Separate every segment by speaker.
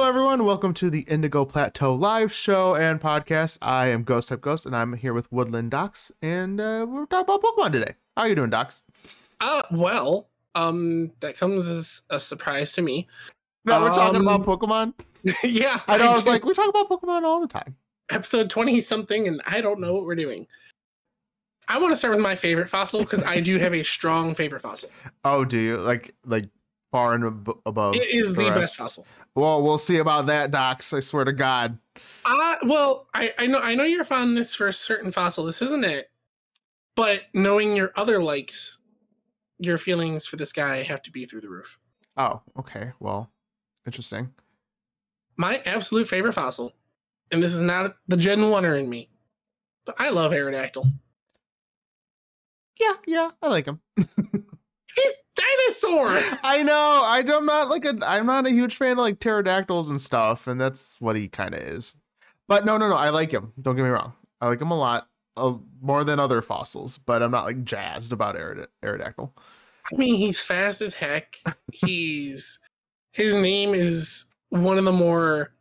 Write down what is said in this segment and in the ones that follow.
Speaker 1: welcome to the Indigo Plateau live show and podcast. I am Ghost Type Ghost, and I'm here with Woodland Docs, and uh, we're talking about Pokemon today. How are you doing, Docs?
Speaker 2: Uh, well, um, that comes as a surprise to me.
Speaker 1: That we're talking
Speaker 2: Um,
Speaker 1: about Pokemon.
Speaker 2: yeah,
Speaker 1: I know. I was
Speaker 2: did
Speaker 1: like, we talk about Pokemon all the time.
Speaker 2: episode twenty something, and I don't know what we're doing. I want to start with my favorite fossil because I do have a strong favorite fossil.
Speaker 1: Oh, do you like like far and ab- above?
Speaker 2: It is the
Speaker 1: rest.
Speaker 2: best fossil.
Speaker 1: Well, we'll see about that, Docs. I swear to God.
Speaker 2: Uh, well, I, I know I know your fondness for a certain fossil. This isn't it, but knowing your other likes, your feelings for this guy have to be through the roof.
Speaker 1: Oh, okay. Well, interesting.
Speaker 2: My absolute favorite fossil, and this is not the Gen Oneer in me, but I love Aerodactyl.
Speaker 1: Yeah, yeah, I like him.
Speaker 2: He's dinosaur.
Speaker 1: I know. I do- I'm not like a. I'm not a huge fan of like pterodactyls and stuff, and that's what he kind of is. But no, no, no. I like him. Don't get me wrong. I like him a lot, uh, more than other fossils. But I'm not like jazzed about Aerod- Aerodactyl.
Speaker 2: I mean, he's fast as heck. He's his name is one of the more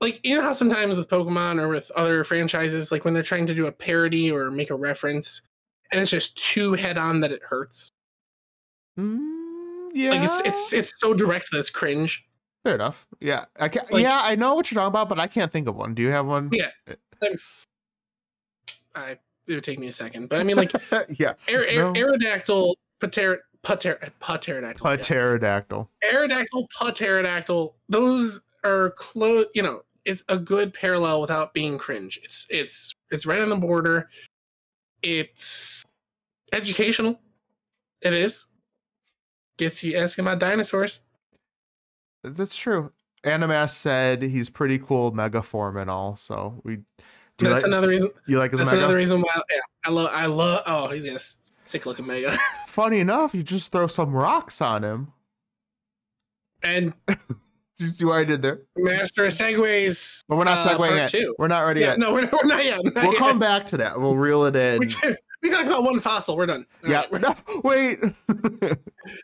Speaker 2: like you know how sometimes with Pokemon or with other franchises, like when they're trying to do a parody or make a reference, and it's just too head on that it hurts.
Speaker 1: Mm, yeah,
Speaker 2: Like it's it's it's so direct that it's cringe.
Speaker 1: fair enough. Yeah, I can,
Speaker 2: Like-
Speaker 1: yeah, I know what you're talking about, but I can't think of one. Do you have one?
Speaker 2: Yeah. I it would take me a second, but I mean like
Speaker 1: yeah,
Speaker 2: aer,
Speaker 1: No.
Speaker 2: aer, Aerodactyl, Pater, Pater, Pterodactyl.
Speaker 1: a
Speaker 2: yeah.
Speaker 1: pterodactyl.
Speaker 2: Aerodactyl, pterodactyl, those are close. You know, it's a good parallel without being cringe. It's it's it's right on the border. It's educational. It is. Gets you asking about dinosaurs.
Speaker 1: That's true. Animas said he's pretty cool, mega form and all. So we. Do you
Speaker 2: that's
Speaker 1: like,
Speaker 2: another reason.
Speaker 1: you like his
Speaker 2: That's
Speaker 1: mega?
Speaker 2: another reason why. Yeah, I love. I love. Oh, he's got a s- sick looking mega.
Speaker 1: Funny enough, you just throw some rocks on him.
Speaker 2: and
Speaker 1: Do you see what I did there?
Speaker 2: master of segues.
Speaker 1: But we're not
Speaker 2: Uh,
Speaker 1: segueing
Speaker 2: part
Speaker 1: it.
Speaker 2: two.
Speaker 1: We're not ready
Speaker 2: Yeah,
Speaker 1: yet.
Speaker 2: no, we're, we're not yet. not
Speaker 1: we'll
Speaker 2: yet.
Speaker 1: come back to that. We'll reel it in.
Speaker 2: We, we talked about one fossil. We're done. All
Speaker 1: yeah.
Speaker 2: right, we're-
Speaker 1: No, wait.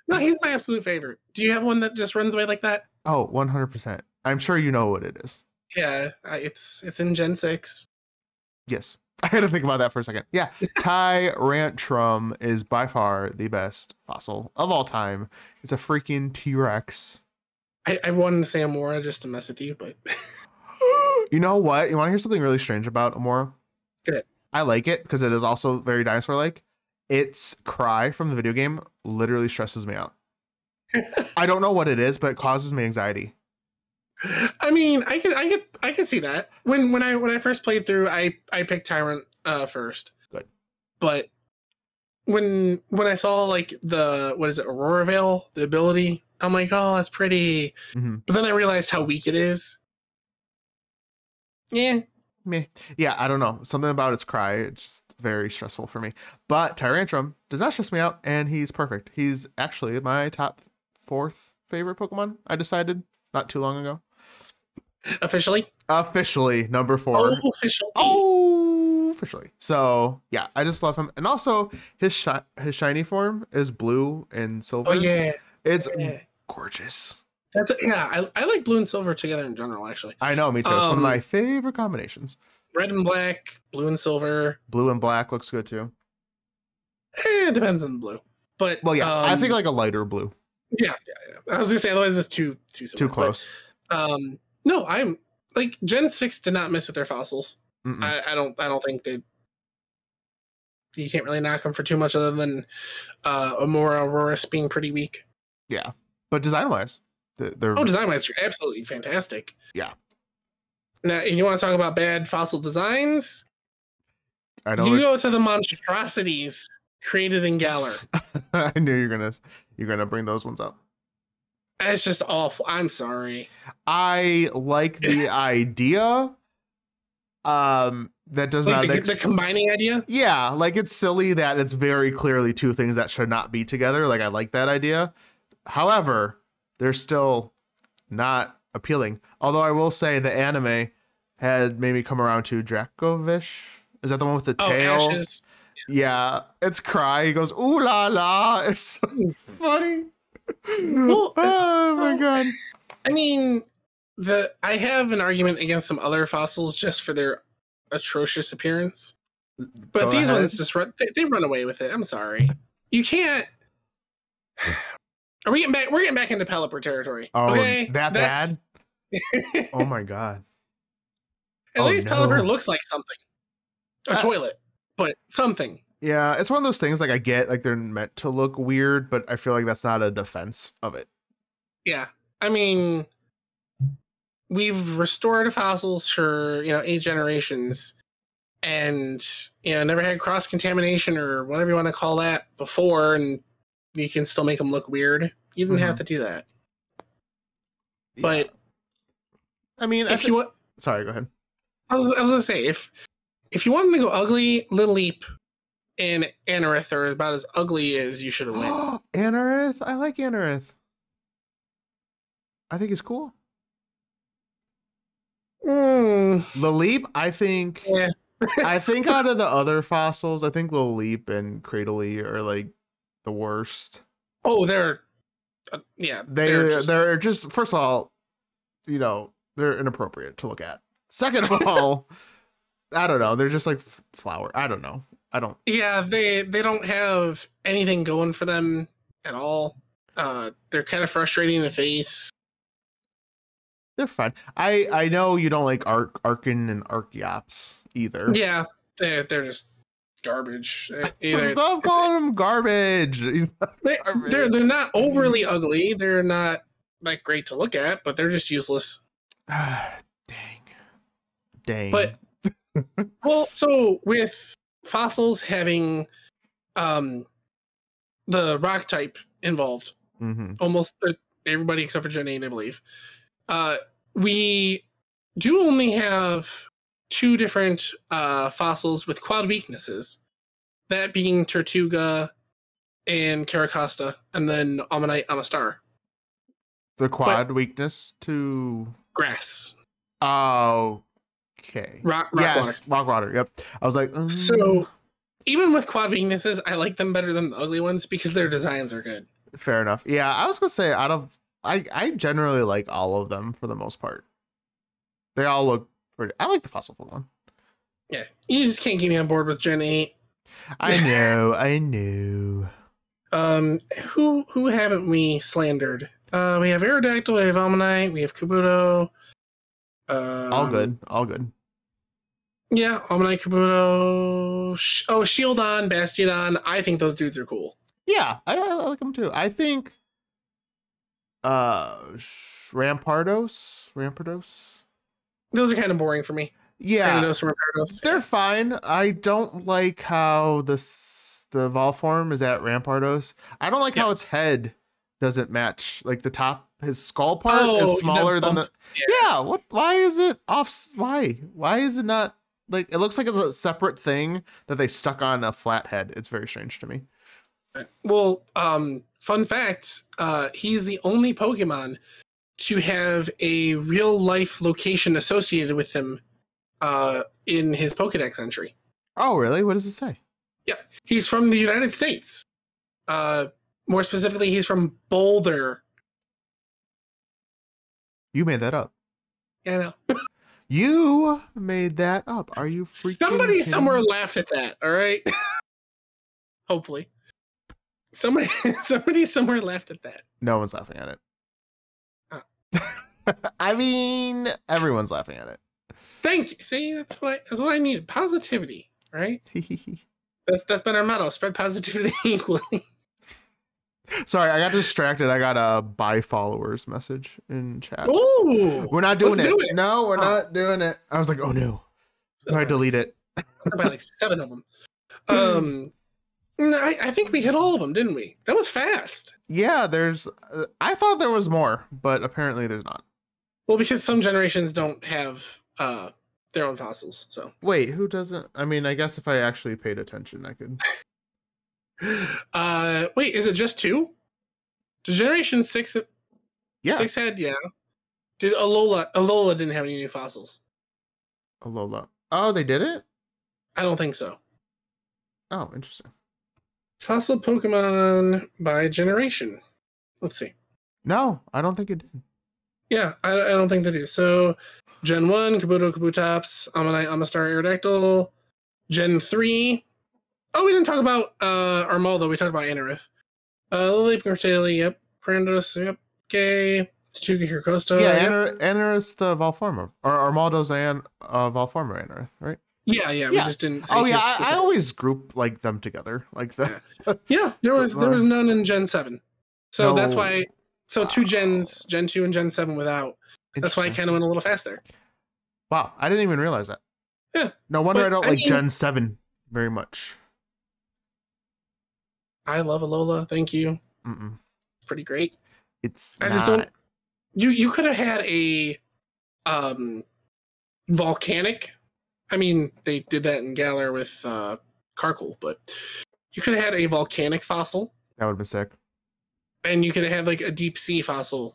Speaker 2: No, he's my absolute favorite. Do you have one that just runs away like that?
Speaker 1: oh, 100%. I'm sure you know what it is.
Speaker 2: Yeah, I, it's it's in Gen Six.
Speaker 1: Yes. I had to think about that for a second. Yeah. Tyrantrum is by far the best fossil of all time. It's a freaking T Rex.
Speaker 2: I, I wanted to say Amora just to mess with you, but
Speaker 1: You know what? You want to hear something really strange about Amora?
Speaker 2: Good.
Speaker 1: I like it because it is also very dinosaur like. Its cry from the video game literally stresses me out. I don't know what it is, but it causes me anxiety.
Speaker 2: I mean, I could I could I could see that when when I when I first played through, I I picked Tyrant uh, first.
Speaker 1: Good.
Speaker 2: but when when I saw like the what is it Aurora Veil the ability, I'm like, oh, that's pretty.
Speaker 1: Mhm.
Speaker 2: But then I realized how weak it is. Yeah,
Speaker 1: Meh. Yeah, I don't know. Something about its cry, it's just very stressful for me. But Tyrantrum does not stress me out, and he's perfect. He's actually my top fourth favorite Pokemon, I decided not too long ago.
Speaker 2: officially.
Speaker 1: Officially, number four.
Speaker 2: Oh, officially.
Speaker 1: Oh, officially. So yeah, I just love him, and also his shi- his shiny form is blue and silver.
Speaker 2: oh yeah.
Speaker 1: it's
Speaker 2: yeah.
Speaker 1: gorgeous.
Speaker 2: That's yeah. I, I like blue and silver together in general. Actually,
Speaker 1: I know, me too. it's one of
Speaker 2: Um,
Speaker 1: my favorite combinations.
Speaker 2: red and black, blue and silver.
Speaker 1: Blue and black looks good too.
Speaker 2: Eh, it depends on the blue. But
Speaker 1: Well, yeah, I
Speaker 2: um,
Speaker 1: think like a lighter blue,
Speaker 2: yeah, yeah, yeah. I was gonna say otherwise it's too too
Speaker 1: too
Speaker 2: similar, but,
Speaker 1: close.
Speaker 2: um, no, I'm like Gen Six did not mess with their fossils.
Speaker 1: Mm-mm.
Speaker 2: I, I don't I don't think they. You can't really knock them for too much other than uh Amora Aurorus being pretty weak.
Speaker 1: yeah, but design wise, they're
Speaker 2: Oh, design wise, you're absolutely fantastic.
Speaker 1: Hmm. Yeah.
Speaker 2: Now, if you want to talk about bad fossil designs,
Speaker 1: I
Speaker 2: you
Speaker 1: know.
Speaker 2: go to the monstrosities created in Galar.
Speaker 1: I knew you're gonna you're gonna bring those ones up.
Speaker 2: That's just awful. I'm sorry.
Speaker 1: I like the idea. Um, that does
Speaker 2: Like
Speaker 1: not
Speaker 2: the,
Speaker 1: ex-
Speaker 2: the combining idea.
Speaker 1: Yeah, like it's silly that it's very clearly two things that should not be together. Like I like that idea. However, they're still not appealing. Although I will say the anime had made me come around to Dracovish. Is that the one with the
Speaker 2: Oh,
Speaker 1: tail?
Speaker 2: ashes.
Speaker 1: Yeah, it's cry. He goes ooh la la. It's so funny.
Speaker 2: Well, uh,
Speaker 1: oh my
Speaker 2: so-
Speaker 1: god.
Speaker 2: I mean, the I have an argument against some other fossils just for their atrocious appearance, but
Speaker 1: Go
Speaker 2: these
Speaker 1: ahead.
Speaker 2: ones just run they, they run away with it. I'm sorry, you can't. Are we getting back? We're getting back into Pelipper territory.
Speaker 1: Oh,
Speaker 2: okay,
Speaker 1: that
Speaker 2: That's-
Speaker 1: bad? oh my god.
Speaker 2: At
Speaker 1: Oh,
Speaker 2: least
Speaker 1: no.
Speaker 2: Pelipper looks like something, a
Speaker 1: Uh,
Speaker 2: toilet, but something.
Speaker 1: Yeah, it's one of those things like I get like they're meant to look weird, but I feel like that's not a defense of it.
Speaker 2: Yeah. I mean, we've restored fossils for, you know, eight generations and, you know, never had cross contamination or whatever you want to call that before. And you can still make them look weird. You didn't
Speaker 1: Mm-hmm.
Speaker 2: have to do that. But
Speaker 1: I mean, I
Speaker 2: if you
Speaker 1: thi-
Speaker 2: want,
Speaker 1: sorry, go ahead.
Speaker 2: I was, I was going to say, if, if you wanted to go ugly, Little Leap and Anorith are about as ugly as you should have went.
Speaker 1: Anorith, I like Anorith. I think he's cool.
Speaker 2: Mm,
Speaker 1: The leap, I think.
Speaker 2: yeah.
Speaker 1: I think out of the other fossils, I think Lil Leap and Cradley are like the worst.
Speaker 2: Oh, they're, uh, yeah.
Speaker 1: They they're
Speaker 2: just-
Speaker 1: just, first of all, you know, they're inappropriate to look at. Second of all, I don't know, they're just like f- flower. I don't know. I don't
Speaker 2: yeah they they don't have anything going for them at all uh they're kind of frustrating in the face
Speaker 1: they're fine. I I know you don't like Arc Arkin and Archeops either.
Speaker 2: yeah they're, they're just garbage Uh, either-
Speaker 1: Stop calling them garbage.
Speaker 2: they,
Speaker 1: garbage.
Speaker 2: they're, they're not overly ugly they're not like great to look at but they're just useless
Speaker 1: Ah, Dang. Dang.
Speaker 2: But- well so with fossils having um the rock type involved
Speaker 1: Mhm.
Speaker 2: almost uh, everybody except for Janine, I believe. Uh, we do only have two different uh, fossils with quad weaknesses, that being Tortuga and Caracosta, and then Ammonite Amastar.
Speaker 1: the quad weakness to
Speaker 2: Grass,
Speaker 1: Oh, okay.
Speaker 2: rock, rock water.
Speaker 1: yes, rock water. Yep. I was like, mm.
Speaker 2: So even with quad weaknesses, I like them better than the ugly ones because their designs are good.
Speaker 1: fair enough. Yeah, I was gonna say out of I I generally like all of them for the most part. They all look pretty. I like the fossil one.
Speaker 2: Yeah, you just can't get me on board with Gen Eight.
Speaker 1: I know. I knew.
Speaker 2: Um, who who haven't we slandered? Uh, we have Aerodactyl, we have Almanite, we have Kabuto. Uh,
Speaker 1: All good. All good.
Speaker 2: Yeah, Almanite, Kabuto. Sh- oh, Shieldon, Bastiodon. I think those dudes are cool.
Speaker 1: Yeah, I, I like them too. I think. Uh, Rampardos. Rampardos.
Speaker 2: Those are kind of boring for me.
Speaker 1: Yeah,
Speaker 2: Gyarados from Gyarados.
Speaker 1: They're fine. I don't like how this the Vol form is at Rampardos. I don't like how its head doesn't match. Like the top, his skull part
Speaker 2: Oh, the
Speaker 1: is smaller than the.
Speaker 2: bump.
Speaker 1: Yeah. What? Why is it off? s- Why? Why is it not like? It looks like it's a separate thing that they stuck on a flat head. It's very strange to me.
Speaker 2: Well, um, fun fact: uh, he's the only Pokemon to have a real life location associated with him uh, in his Pokedex entry.
Speaker 1: Oh, really? What does it say?
Speaker 2: He's from the United States. Uh, more specifically, he's from Boulder.
Speaker 1: You made that up.
Speaker 2: You know,
Speaker 1: You made that up. Are you freaking?
Speaker 2: somebody
Speaker 1: kidding
Speaker 2: somewhere
Speaker 1: me?
Speaker 2: laughed at that. All right. Hopefully, somebody somebody somewhere laughed at that.
Speaker 1: No one's laughing at it.
Speaker 2: Oh.
Speaker 1: I mean, everyone's laughing at it.
Speaker 2: Thank you. See, that's what I, that's what I needed. Positivity, right?
Speaker 1: Sorry,
Speaker 2: That's that's been our motto. Spread positivity equally.
Speaker 1: I got distracted. I got a buy followers message in chat.
Speaker 2: Ooh,
Speaker 1: we're not doing
Speaker 2: Oh, let's
Speaker 1: it.
Speaker 2: do it.
Speaker 1: No, we're
Speaker 2: Oh.
Speaker 1: not doing it. I was like, oh no. I delete it.
Speaker 2: By like seven of them. Um, no, I, I think we hit all of them, didn't we? That was fast.
Speaker 1: Yeah, there's. Uh, I thought there was more, but apparently there's not.
Speaker 2: Well, because some generations don't have uh, their own fossils. So,
Speaker 1: Wait, who doesn't? I mean, I guess if I actually paid attention, I could.
Speaker 2: uh, wait, is it just two? Did Generation Six?
Speaker 1: Yeah.
Speaker 2: Six had yeah. Did Alola? Alola didn't have any new fossils.
Speaker 1: Alola. Oh, they did it?
Speaker 2: I don't think so.
Speaker 1: Oh, interesting.
Speaker 2: Fossil Pokemon by generation. Let's see.
Speaker 1: No, I don't think it did.
Speaker 2: Yeah, I, I don't think they do. So, Gen 1, Kabuto Kabutops, Ammonite, Amastar, Aerodactyl. Gen 3. Oh, we didn't talk about uh, Armaldo. We talked about Anorith. Uh, Lily Portelli, yep. Brandos, yep. Gay. Stuka Hircosta.
Speaker 1: yeah,
Speaker 2: yep.
Speaker 1: Anar- Anaris the Valforma. Or Armaldo's and uh, Valforma Anaris, right?
Speaker 2: yeah, yeah. We
Speaker 1: Yeah.
Speaker 2: just didn't. say
Speaker 1: Oh yeah,
Speaker 2: his
Speaker 1: I, I
Speaker 2: specific-
Speaker 1: always group like them together. Like the
Speaker 2: Yeah, there was there was none in Gen Seven, so that's
Speaker 1: No.
Speaker 2: why. So two
Speaker 1: Wow.
Speaker 2: gens, Gen Two and Gen Seven without. That's why I
Speaker 1: Interesting.
Speaker 2: kind of went a little faster.
Speaker 1: Wow, I didn't even realize that.
Speaker 2: Yeah,
Speaker 1: No wonder
Speaker 2: but
Speaker 1: I don't
Speaker 2: I
Speaker 1: like
Speaker 2: mean-
Speaker 1: Gen Seven very much.
Speaker 2: I love Alola. Thank you.
Speaker 1: Mm-mm.
Speaker 2: It's pretty great.
Speaker 1: It's
Speaker 2: I
Speaker 1: not.
Speaker 2: just don't. You you could have had a, um, volcanic. I mean, they did that in Galar with uh, Karkle, but you could have had a volcanic fossil,
Speaker 1: That would have been sick.
Speaker 2: and you could have had like a deep sea fossil.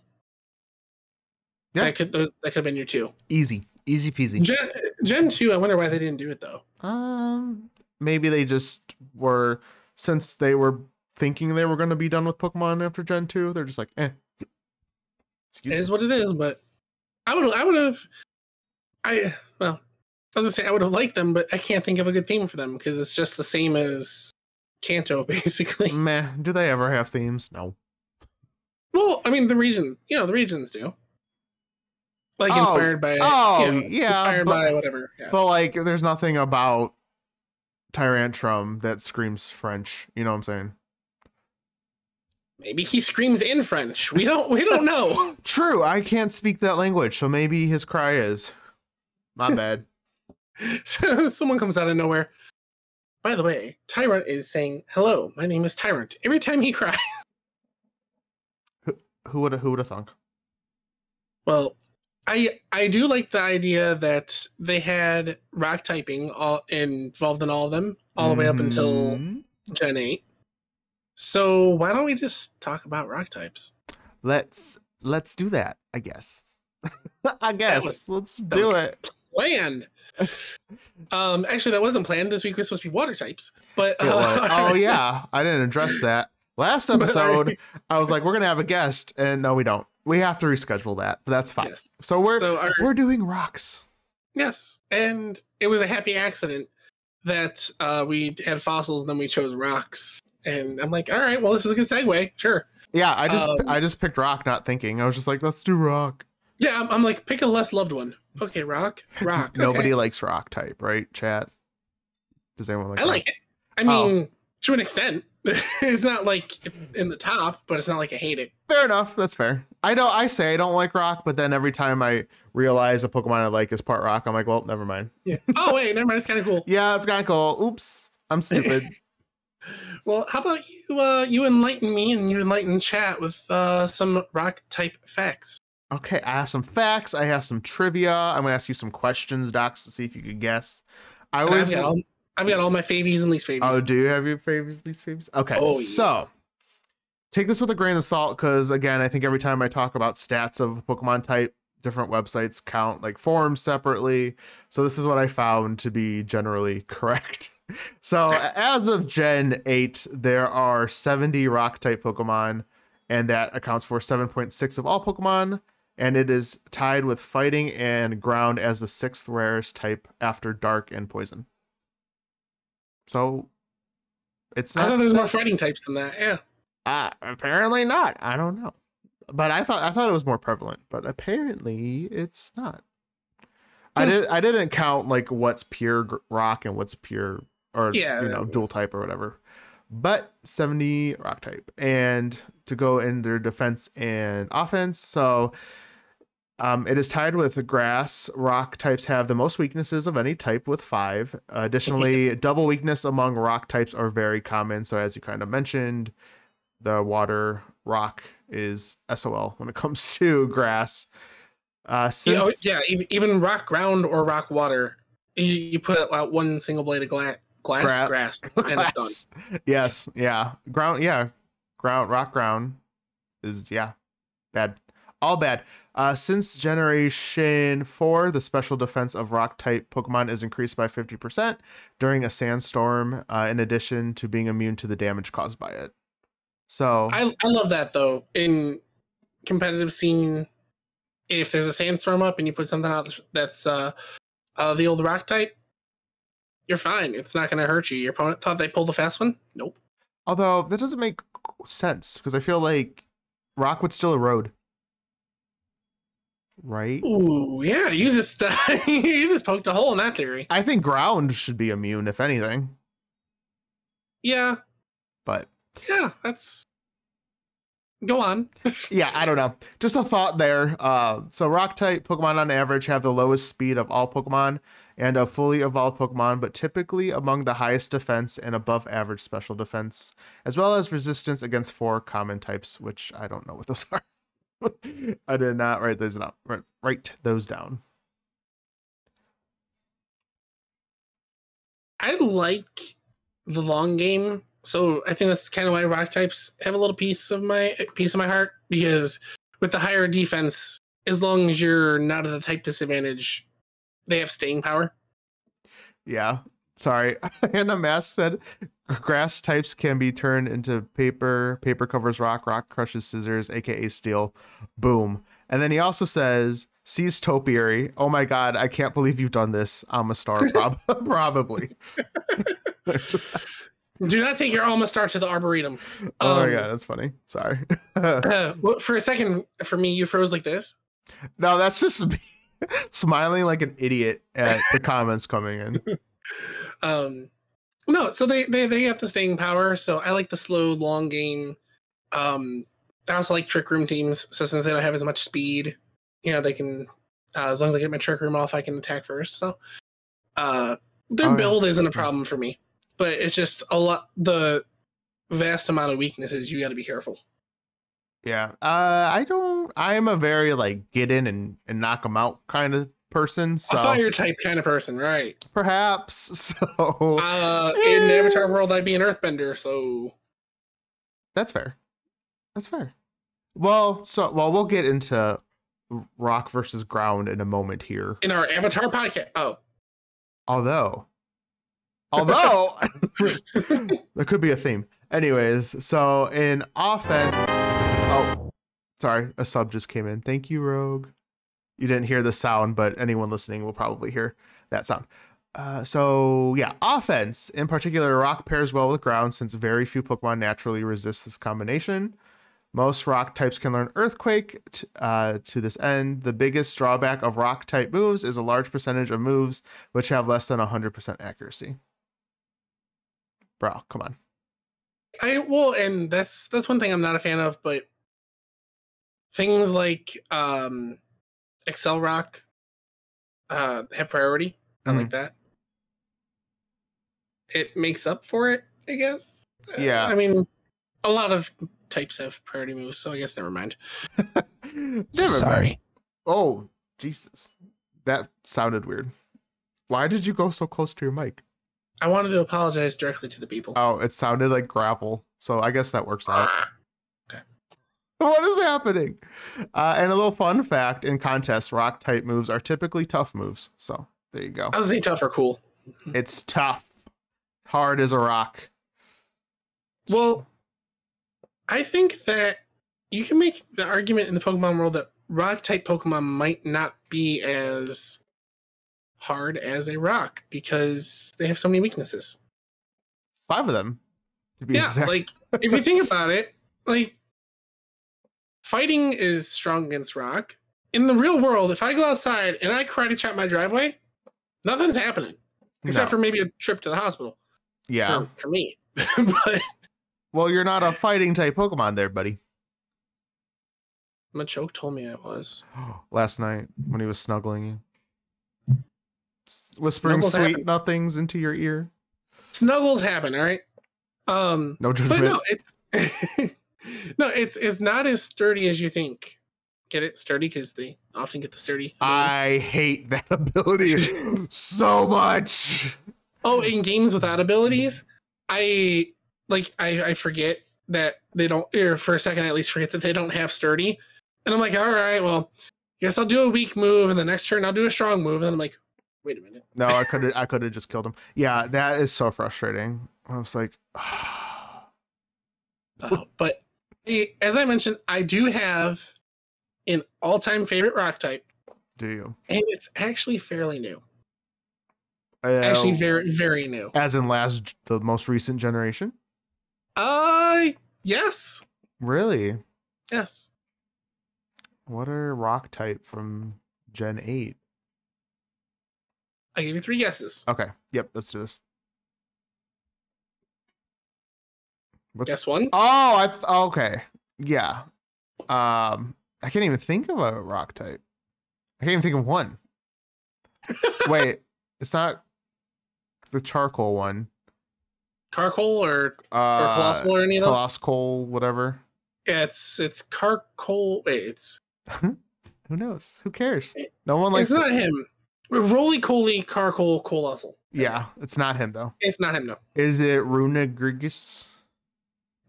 Speaker 1: Yeah.
Speaker 2: That could those, that could have been your two.
Speaker 1: Easy, easy peasy.
Speaker 2: Gen, Gen two. I wonder why they didn't do it though.
Speaker 1: Um, maybe they just were since they were thinking they were going to be done with Pokemon after Gen two. They're just like, eh. Excuse me.
Speaker 2: It is what it is, but I would I would have I well I was gonna say I would have liked them, but I can't think of a good theme for them because it's just the same as Kanto basically.
Speaker 1: Meh. Do they ever have themes? No.
Speaker 2: Well, I mean the region, you know, the regions do. Like
Speaker 1: Oh,
Speaker 2: inspired by
Speaker 1: oh,
Speaker 2: you know,
Speaker 1: yeah,
Speaker 2: inspired
Speaker 1: but-
Speaker 2: by whatever. Yeah.
Speaker 1: But like, there's nothing about Tyrantrum that screams French. You know what I'm saying?
Speaker 2: Maybe he screams in French. We don't we don't know.
Speaker 1: True. I can't speak that language, so maybe his cry is. My bad.
Speaker 2: So someone comes out of nowhere. By the way, Tyrant is saying, Hello, my name is Tyrant. Every time he cries.
Speaker 1: who would who would have thunk?
Speaker 2: Well, I I do like the idea that they had rock typing all involved in all of them, all the way up until
Speaker 1: Mhm.
Speaker 2: Gen eight. So why don't we just talk about rock types?
Speaker 1: let's let's do that. I guess. I guess
Speaker 2: was-
Speaker 1: let's
Speaker 2: that
Speaker 1: do
Speaker 2: was-
Speaker 1: it.
Speaker 2: Land. um, actually, that wasn't planned. This week was supposed to be water types, but uh,
Speaker 1: It was- oh yeah, I didn't address that. Last
Speaker 2: But I-
Speaker 1: episode, I was like, we're gonna have a guest, and no, we don't. We have to reschedule that. But that's fine.
Speaker 2: yes.
Speaker 1: So we're
Speaker 2: So our,
Speaker 1: we're doing rocks.
Speaker 2: yes, and it was a happy accident that uh, we had fossils, then we chose rocks, and I'm like, all right, well, this is a good segue. Sure.
Speaker 1: Yeah, I just
Speaker 2: Um,
Speaker 1: I just picked rock, not thinking. I was just like, let's do rock.
Speaker 2: Yeah, I'm, I'm like, pick a less loved one. Okay, rock, rock. okay.
Speaker 1: Nobody likes rock type, right? Chat. Does anyone like?
Speaker 2: I
Speaker 1: rock?
Speaker 2: like it. I
Speaker 1: Oh.
Speaker 2: mean, to an extent, it's not like in the top, but it's not like I hate it.
Speaker 1: Fair enough. That's fair. I know I say I don't like rock, but then every time I realize a Pokemon I like is part rock, I'm like, well, never mind.
Speaker 2: Oh wait, never mind. It's kind of cool.
Speaker 1: Yeah, it's kind of cool. Oops, I'm stupid.
Speaker 2: Well, how about you? Uh, you enlighten me and you enlighten chat with uh, some rock type facts.
Speaker 1: okay, I have some facts. I have some trivia. I'm gonna ask you some questions, Docs, to see if you could guess. I
Speaker 2: And I've
Speaker 1: was.
Speaker 2: got all I've got all my favies and least favies.
Speaker 1: Oh, do you have your favorites, least favorites? Okay,
Speaker 2: Oh, yeah.
Speaker 1: so take this with a grain of salt because again, I think every time I talk about stats of Pokemon type, different websites count like forms separately. So this is what I found to be generally correct. So as of Gen 8, there are 70 rock type Pokemon, and that accounts for 7.6 of all Pokemon. And it is tied with fighting and ground as the sixth rarest type after dark and poison. So it's
Speaker 2: I
Speaker 1: not
Speaker 2: thought there was
Speaker 1: that-
Speaker 2: more fighting types than that. Yeah.
Speaker 1: uh, apparently not. I don't know. But I thought I thought it was more prevalent, but apparently it's not. I
Speaker 2: Hmm.
Speaker 1: did I didn't count like what's pure gr- rock and what's pure or
Speaker 2: Yeah.
Speaker 1: you know dual type or whatever. But 70 rock type and to go in their defense and offense. So um, it is tied with grass. Rock types have the most weaknesses of any type with five. additionally, double weakness among rock types are very common. So as you kind of mentioned, the water rock is SOL when it comes to grass. Uh,
Speaker 2: Yeah,
Speaker 1: since,
Speaker 2: oh, yeah. ev- Even rock ground or rock water, you, you put out one single blade of gla- glass,
Speaker 1: Gra-
Speaker 2: grass, and it's done.
Speaker 1: Grass. Yes, yeah. Ground, yeah. Ground, rock ground is, yeah, bad. All bad. Uh, since Generation 4, the special defense of rock type Pokemon is increased by 50% during a sandstorm, uh, in addition to being immune to the damage caused by it. So,
Speaker 2: I, I love that though in competitive scene if there's a sandstorm up and you put something out that's uh, uh, the old rock type, you're fine. It's not going to hurt you. Your opponent thought they pulled a fast one. Nope.
Speaker 1: Although that doesn't make sense because I feel like rock would still erode. Right?
Speaker 2: Ooh, yeah. You just uh, you just poked a hole in that theory.
Speaker 1: I think ground should be immune, if anything.
Speaker 2: Yeah,
Speaker 1: But
Speaker 2: yeah. That's go on.
Speaker 1: yeah, I don't know. Just a thought there. Uh, so rock type Pokemon on average have the lowest speed of all Pokemon and of fully evolved Pokemon, but typically among the highest defense and above average special defense, as well as resistance against four common types, which I don't know what those are. I did not write those down. Write, write those down.
Speaker 2: I like the long game, so I think that's kind of why rock types have a little piece of my piece of my heart because with the higher defense, as long as you're not at a type disadvantage, they have staying power.
Speaker 1: Yeah. Sorry. Hannah Mass said grass types can be turned into paper. Paper covers rock. Rock crushes scissors, aka steel. Boom. And then he also says, sees topiary. Oh my god, I can't believe you've done this. I'm a star, prob- probably.
Speaker 2: Do not take your Alma Star to the Arboretum.
Speaker 1: oh my
Speaker 2: Um,
Speaker 1: god, that's funny. Sorry.
Speaker 2: Uh, well, for a second, for me, you froze like this.
Speaker 1: no, that's just me smiling like an idiot at the comments coming in.
Speaker 2: Um, no, so they they they got the staying power. So I like the slow, long game. Um, I also like trick room teams. So since they don't have as much speed, you know, they can uh, as long as I get my trick room off, I can attack first. So uh, their
Speaker 1: Oh, yeah.
Speaker 2: build isn't a problem for me, but it's just a lot the vast amount of weaknesses. You got to be careful.
Speaker 1: Yeah. Uh, I don't. I am a very like get in and and knock them out kind of person. So
Speaker 2: A fire type kind of person, right?
Speaker 1: perhaps. So
Speaker 2: Uh, in
Speaker 1: eh.
Speaker 2: the Avatar world, I'd be an Earthbender, so
Speaker 1: that's fair. That's fair. Well, so well, we'll get into rock versus ground in a moment here.
Speaker 2: in our Avatar podcast. Oh,
Speaker 1: Although, although there could be a theme. Anyways, so in offense, oh, sorry, a sub just came in. Thank you, Rogue. You didn't hear the sound, but anyone listening will probably hear that sound. Uh, so yeah, offense in particular, rock pairs well with ground since very few Pokemon naturally resist this combination. Most rock types can learn Earthquake. T- uh, to this end, the biggest drawback of rock type moves is a large percentage of moves which have less than 100% accuracy. Bro, come on.
Speaker 2: I well, and that's that's one thing I'm not a fan of, but things like um Excel Rock uh have priority. I
Speaker 1: Mm-hmm.
Speaker 2: like that. It makes up for it, I guess. Uh,
Speaker 1: Yeah.
Speaker 2: I mean, a lot of types have priority moves, so I guess never mind.
Speaker 1: Never mind. Oh, Jesus. That sounded weird. Why did you go so close to your mic?
Speaker 2: I wanted to apologize directly to the people.
Speaker 1: Oh, it sounded like gravel. So I guess that works out. What is happening? Uh, and a little fun fact in contests, rock type moves are typically tough moves. So there you go.
Speaker 2: I was say tough or cool.
Speaker 1: It's tough. Hard as a rock.
Speaker 2: Well, I think that you can make the argument in the Pokemon world that rock type Pokemon might not be as hard as a rock because they have so many weaknesses.
Speaker 1: Five of them, to be
Speaker 2: yeah,
Speaker 1: exact.
Speaker 2: like if you think about it, like fighting is strong against rock. In the real world, if I go outside and I karate chop my driveway, nothing's happening except
Speaker 1: No.
Speaker 2: for maybe a trip to the hospital
Speaker 1: yeah.
Speaker 2: for, for me. but
Speaker 1: Well, you're not a fighting type Pokemon there, buddy.
Speaker 2: Machoke told me I was.
Speaker 1: Last night when he was snuggling you. S- Whispering
Speaker 2: Snuggles
Speaker 1: sweet
Speaker 2: happen.
Speaker 1: nothings into your ear.
Speaker 2: Snuggles happen, all right. Um,
Speaker 1: No
Speaker 2: but
Speaker 1: judgment.
Speaker 2: no, it's no, it's it's not as sturdy as you think. Get it sturdy because they often get the sturdy.
Speaker 1: I hate that ability so much.
Speaker 2: oh, in games without abilities, I like I I forget that they don't, or for a second I at least, forget that they don't have sturdy, and I'm like, all right, well, guess I'll do a weak move, and the next turn I'll do a strong move, and I'm like, wait a minute,
Speaker 1: No, I could have I could have just killed him. Yeah, that is so frustrating. I was like,
Speaker 2: Uh, but eh, as I mentioned, I do have in all time favorite rock type,
Speaker 1: Do you?
Speaker 2: and it's actually fairly new.
Speaker 1: Uh,
Speaker 2: Actually, very very new.
Speaker 1: as in last the most recent generation.
Speaker 2: Uh, yes,
Speaker 1: Really?
Speaker 2: yes.
Speaker 1: What are rock type from Gen Eight?
Speaker 2: I give you three guesses.
Speaker 1: Okay. Yep. Let's do this. What's
Speaker 2: Guess one.
Speaker 1: Oh, I th- okay. Yeah. Um, I can't even think of a rock type. I can't even think of one. Wait, it's not the charcoal one.
Speaker 2: Carcoal or or
Speaker 1: Uh,
Speaker 2: colossal or any of those?
Speaker 1: colossal, whatever.
Speaker 2: Yeah, it's it's Carcoal. Wait, it's
Speaker 1: Who knows? Who cares?
Speaker 2: Eh,
Speaker 1: No one likes.
Speaker 2: it's
Speaker 1: it.
Speaker 2: not him. Roly Coly Carcoal Colossal.
Speaker 1: yeah, it's not him though.
Speaker 2: it's not him. No,
Speaker 1: Is it Runa Grigis?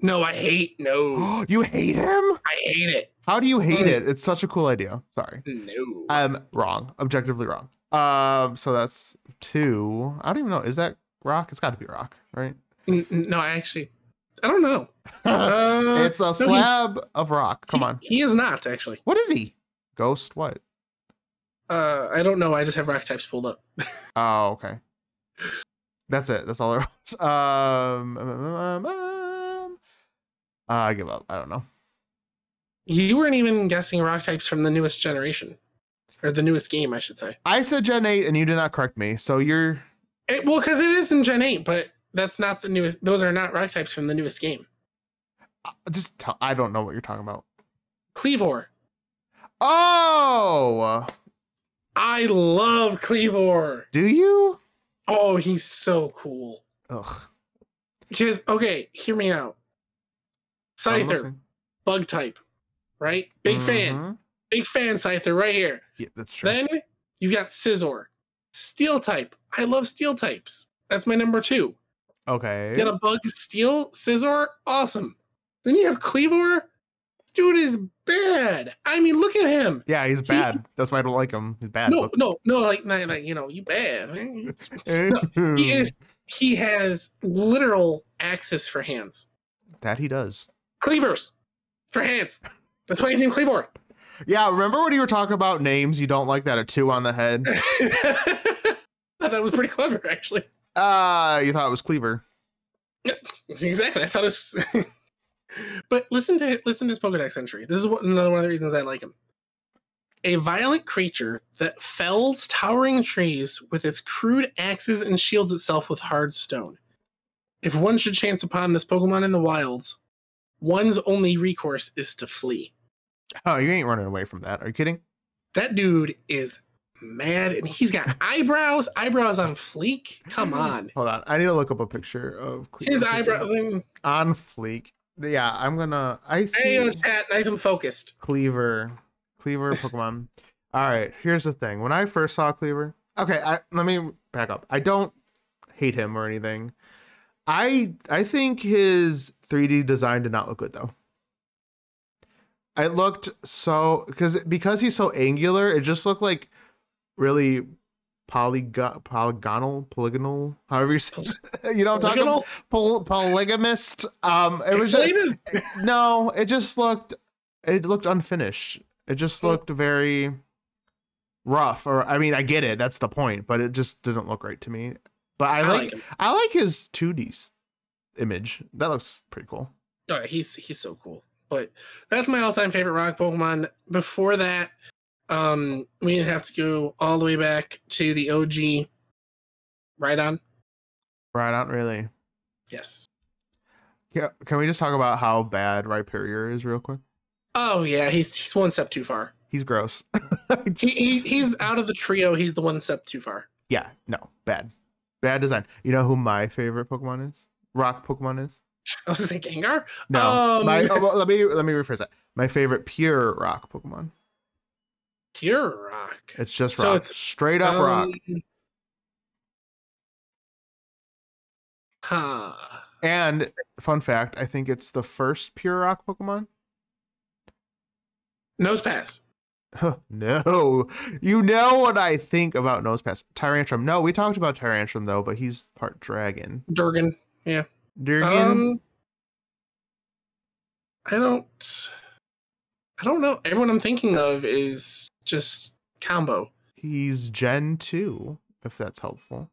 Speaker 2: no, I hate no.
Speaker 1: you hate him?
Speaker 2: I hate it.
Speaker 1: How do you hate
Speaker 2: Mm.
Speaker 1: it? It's such a cool idea. Sorry.
Speaker 2: No.
Speaker 1: I'm wrong. Objectively wrong. Um, so that's two. I don't even know. Is that rock? It's got to be rock, right?
Speaker 2: N- n- no, I actually, I don't know. Uh,
Speaker 1: it's a
Speaker 2: he's-
Speaker 1: slab of rock. Come
Speaker 2: he-
Speaker 1: on.
Speaker 2: He is not actually.
Speaker 1: What is he? Ghost? What?
Speaker 2: Uh, I don't know. I just have rock types pulled up.
Speaker 1: Oh, okay. That's it. That's all there was. Um, um, um, um, um. Uh, I give up. I don't know.
Speaker 2: You weren't even guessing rock types from the newest generation, or the newest game, I should say.
Speaker 1: I said Gen 8 and you did not correct me. So you're.
Speaker 2: It, well, because it is in Gen Eight, but that's not the newest. Those are not rock types from the newest game.
Speaker 1: uh, Just tell. I don't know what you're talking about.
Speaker 2: Cleavor.
Speaker 1: Oh!
Speaker 2: I love Cleavor.
Speaker 1: Do you?
Speaker 2: Oh, he's so cool.
Speaker 1: Ugh.
Speaker 2: Because okay, hear me out.
Speaker 1: I'm
Speaker 2: Scyther,
Speaker 1: listening.
Speaker 2: bug type, right? Big fan,
Speaker 1: Mhm.
Speaker 2: big fan. Scyther, right here.
Speaker 1: Yeah, that's true.
Speaker 2: Then you got Scizor, steel type. I love steel types. That's my number two.
Speaker 1: Okay.
Speaker 2: You got a bug steel scissor, awesome. Then you have Cleavor. Dude is bad. I mean, look at him.
Speaker 1: yeah, he's bad. That's why I don't like him. He's bad.
Speaker 2: No, no, no, like, not, like you know, you bad. man. He is. He has literal axes for hands.
Speaker 1: That he does.
Speaker 2: Cleavers for hands. That's why he's named Cleavor.
Speaker 1: Yeah, remember when you were talking about names you don't like that are two on the head?
Speaker 2: that was pretty clever, actually.
Speaker 1: Uh you thought it was Cleaver.
Speaker 2: Exactly. I thought it was. but listen to listen to his Pokedex entry. This is what, another one of the reasons I like him. A violent creature that fells towering trees with its crude axes and shields itself with hard stone. If one should chance upon this Pokemon in the wilds, one's only recourse is to flee.
Speaker 1: Oh, you ain't running away from that. Are you kidding?
Speaker 2: That dude is mad, and he's got eyebrows. Eyebrows on fleek. Come on,
Speaker 1: Hold on. I need to look up a picture of Cleaver.
Speaker 2: his eyebrow.
Speaker 1: on fleek. Yeah, I'm gonna I see
Speaker 2: Hey, uh, chat, nice and focused.
Speaker 1: Cleaver. Cleaver Pokemon. All right, here's the thing. When I first saw Cleaver, okay, I, let me back up. I don't hate him or anything. I I think his 3D design did not look good though. It looked so because because he's so angular, it just looked like really polygon polygonal polygonal however you say it. you know what I'm talking about Pol- polygamist um it was just,
Speaker 2: Pixelated?
Speaker 1: no, it just looked it looked unfinished. It just
Speaker 2: Hmm.
Speaker 1: looked very rough. Or I mean, I get it, that's the point, but it just didn't look right to me. But I,
Speaker 2: I
Speaker 1: like,
Speaker 2: like him.
Speaker 1: I like his 2D's image. That looks pretty cool.
Speaker 2: Oh, he's he's so cool. But that's my all-time favorite rock Pokemon. Before that, um, we have to go all the way back to the OG Rhydon.
Speaker 1: Right on, really.
Speaker 2: Yes.
Speaker 1: Yeah, can we just talk about how bad Rhyperior is real quick?
Speaker 2: Oh yeah, he's he's one step too far.
Speaker 1: He's gross.
Speaker 2: He, he he's out of the trio. He's the one step too far.
Speaker 1: yeah, no, bad. Bad design. You know who my favorite Pokemon is? Rock Pokemon is?
Speaker 2: I was saying Gengar.
Speaker 1: No.
Speaker 2: Um,
Speaker 1: my, oh, well, let me let me rephrase that. My favorite pure rock Pokemon.
Speaker 2: Pure rock.
Speaker 1: It's just
Speaker 2: So
Speaker 1: rock.
Speaker 2: it's-
Speaker 1: Straight up rock.
Speaker 2: Um, huh.
Speaker 1: And fun fact, I think it's the first pure rock Pokemon.
Speaker 2: Nose pass.
Speaker 1: Huh, no. You know what I think about Nosepass. Tyrantrum. No, we talked about Tyrantrum though, but he's part dragon.
Speaker 2: Durgan.
Speaker 1: Dragon?
Speaker 2: Um, I don't. I don't know. Everyone I'm thinking of is just combo.
Speaker 1: He's Gen 2, if that's helpful.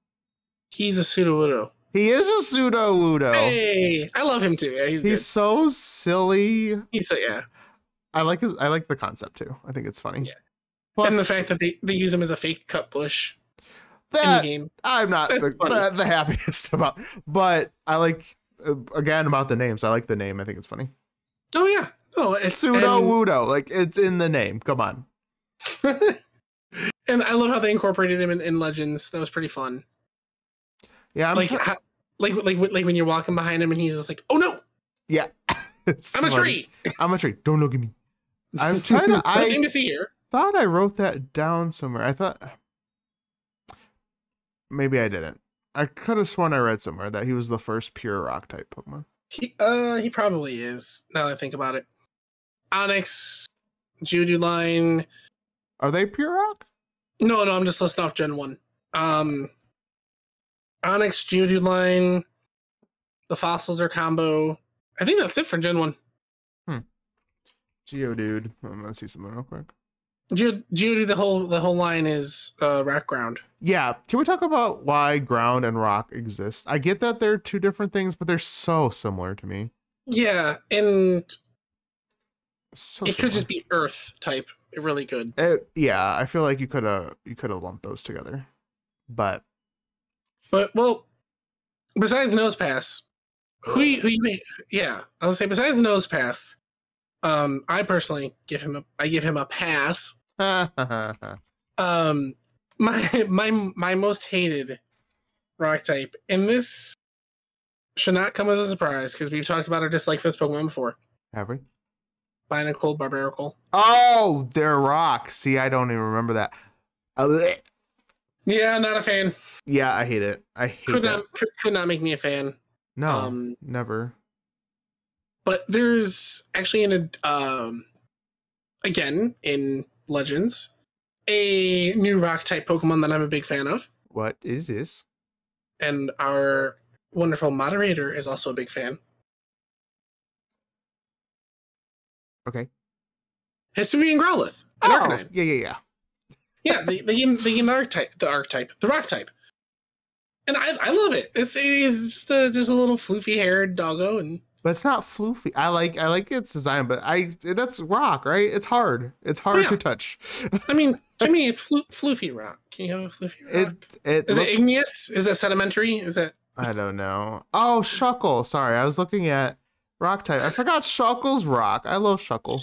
Speaker 2: He's a pseudo
Speaker 1: He is a pseudo Wudo.
Speaker 2: Hey, I love him too. Yeah, he's,
Speaker 1: Oh. He's so silly.
Speaker 2: good. He's so yeah.
Speaker 1: I like his I like the concept too. I think it's funny.
Speaker 2: Yeah.
Speaker 1: Plus,
Speaker 2: and the fact that they, they use him as a fake cut bush in
Speaker 1: that
Speaker 2: the game.
Speaker 1: I'm not
Speaker 2: That's
Speaker 1: the,
Speaker 2: funny.
Speaker 1: the, the happiest about, but I like uh, again about the names. I like the name. I think it's funny.
Speaker 2: Oh yeah. Oh, it's
Speaker 1: Pseudo Wudo, like it's in the name. Come on,
Speaker 2: and, and I love how they incorporated him in, in Legends. That was pretty fun.
Speaker 1: yeah, I'm
Speaker 2: like,
Speaker 1: try-
Speaker 2: how, like, like, like when you're walking behind him and he's just like, "Oh no,
Speaker 1: yeah. It's
Speaker 2: I'm a
Speaker 1: funny.
Speaker 2: tree."
Speaker 1: I'm a tree. Don't look at me. I'm trying to. I
Speaker 2: Nothing to see here.
Speaker 1: thought I wrote that down somewhere. I thought maybe I didn't. I could have sworn I read somewhere that he was the first pure rock type Pokemon.
Speaker 2: He, uh, he probably is. Now that I think about it, Onyx, Juduline.
Speaker 1: Are they pure rock?
Speaker 2: No, no, I'm just listing off Gen One. Um, Onyx, Juduline, the fossils are combo. I think that's it for Gen One.
Speaker 1: Geodude. I'm gonna see something real quick.
Speaker 2: Geo Geodude, the whole the whole line is uh, rock ground.
Speaker 1: Yeah, can we talk about why ground and rock exist? I get that they're two different things, but they're so similar to me.
Speaker 2: Yeah, and
Speaker 1: So
Speaker 2: it could just be Earth type. It really could.
Speaker 1: It, yeah, I feel like you could have you could have lumped those together, but
Speaker 2: But well, besides nose pass, who you, who you may, yeah, I was say besides nose pass, um, I personally give him a I give him a pass. Um, my my my most hated rock type, and this should not come as a surprise because we've talked about our dislike for this Pokemon before.
Speaker 1: have we?
Speaker 2: Binacle, Barbaracle.
Speaker 1: Oh, they're rock. See, I don't even remember that. Uh, bleh.
Speaker 2: Yeah, not a fan.
Speaker 1: Yeah, I hate it. I hate
Speaker 2: Could
Speaker 1: that. Oh.
Speaker 2: not could, could not make me a fan.
Speaker 1: No,
Speaker 2: Um,
Speaker 1: never.
Speaker 2: but there's actually in a um again in legends a new rock type pokemon that i'm a big fan of
Speaker 1: What is this?
Speaker 2: and our wonderful moderator is also a big fan
Speaker 1: Okay.
Speaker 2: hisuian growlithe an
Speaker 1: Oh,
Speaker 2: arcanine
Speaker 1: yeah, yeah, yeah.
Speaker 2: yeah the, the game the game archetype the archetype the rock type and i i love it it's it's just a just a little floofy haired doggo and
Speaker 1: But it's not floofy. I like I like its design, but I that's rock, right? It's hard. It's hard
Speaker 2: Oh, Yeah.
Speaker 1: to touch.
Speaker 2: i mean to me it's flo- floofy rock can you have a floofy rock
Speaker 1: It it,
Speaker 2: Is
Speaker 1: look-
Speaker 2: it igneous? Is that sedimentary? Is that
Speaker 1: I don't know. Oh, Shuckle. Sorry, I was looking at rock type. I forgot Shuckle's rock. I love Shuckle.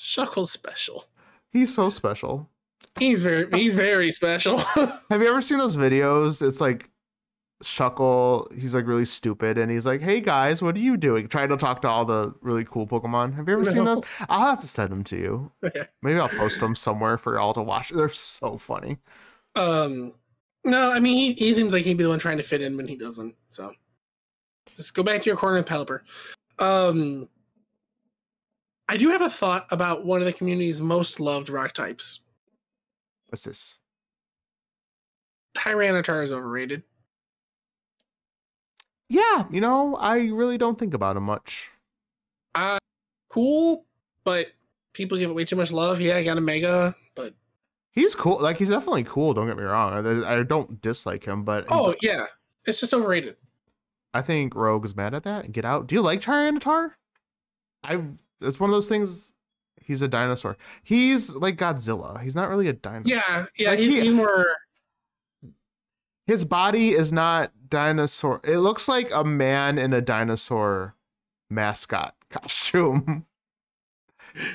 Speaker 2: Shuckle's special?
Speaker 1: He's so special.
Speaker 2: He's very he's very special.
Speaker 1: Have you ever seen those videos? It's like Shuckle, he's like really stupid and he's like, Hey guys, what are you doing? Trying to talk to all the really cool Pokemon. Have you ever seen
Speaker 2: No.
Speaker 1: those? I'll have to send them to you.
Speaker 2: Okay.
Speaker 1: Maybe I'll post them somewhere for y'all to watch. They're so funny.
Speaker 2: um no, I mean he, he seems like he'd be the one trying to fit in when he doesn't. So just go back to your corner and Pelipper. Um I do have a thought about one of the community's most loved rock types.
Speaker 1: What's this?
Speaker 2: Tyranitar is overrated.
Speaker 1: Yeah, you know, I really don't think about him much.
Speaker 2: Uh cool, but people give it way too much love. Yeah, I got a mega, but
Speaker 1: He's cool. Like he's definitely cool. Don't get me wrong. I, I don't dislike him, but he's-
Speaker 2: oh yeah. It's just overrated.
Speaker 1: I think Rogue is mad at that. Get out. Do you like Tyranitar? I. It's one of those things. He's a dinosaur. He's like Godzilla. He's not really a dinosaur.
Speaker 2: Yeah, yeah,
Speaker 1: Like,
Speaker 2: he's,
Speaker 1: he-
Speaker 2: he's more.
Speaker 1: His body is not dinosaur. It looks like a man in a dinosaur mascot costume.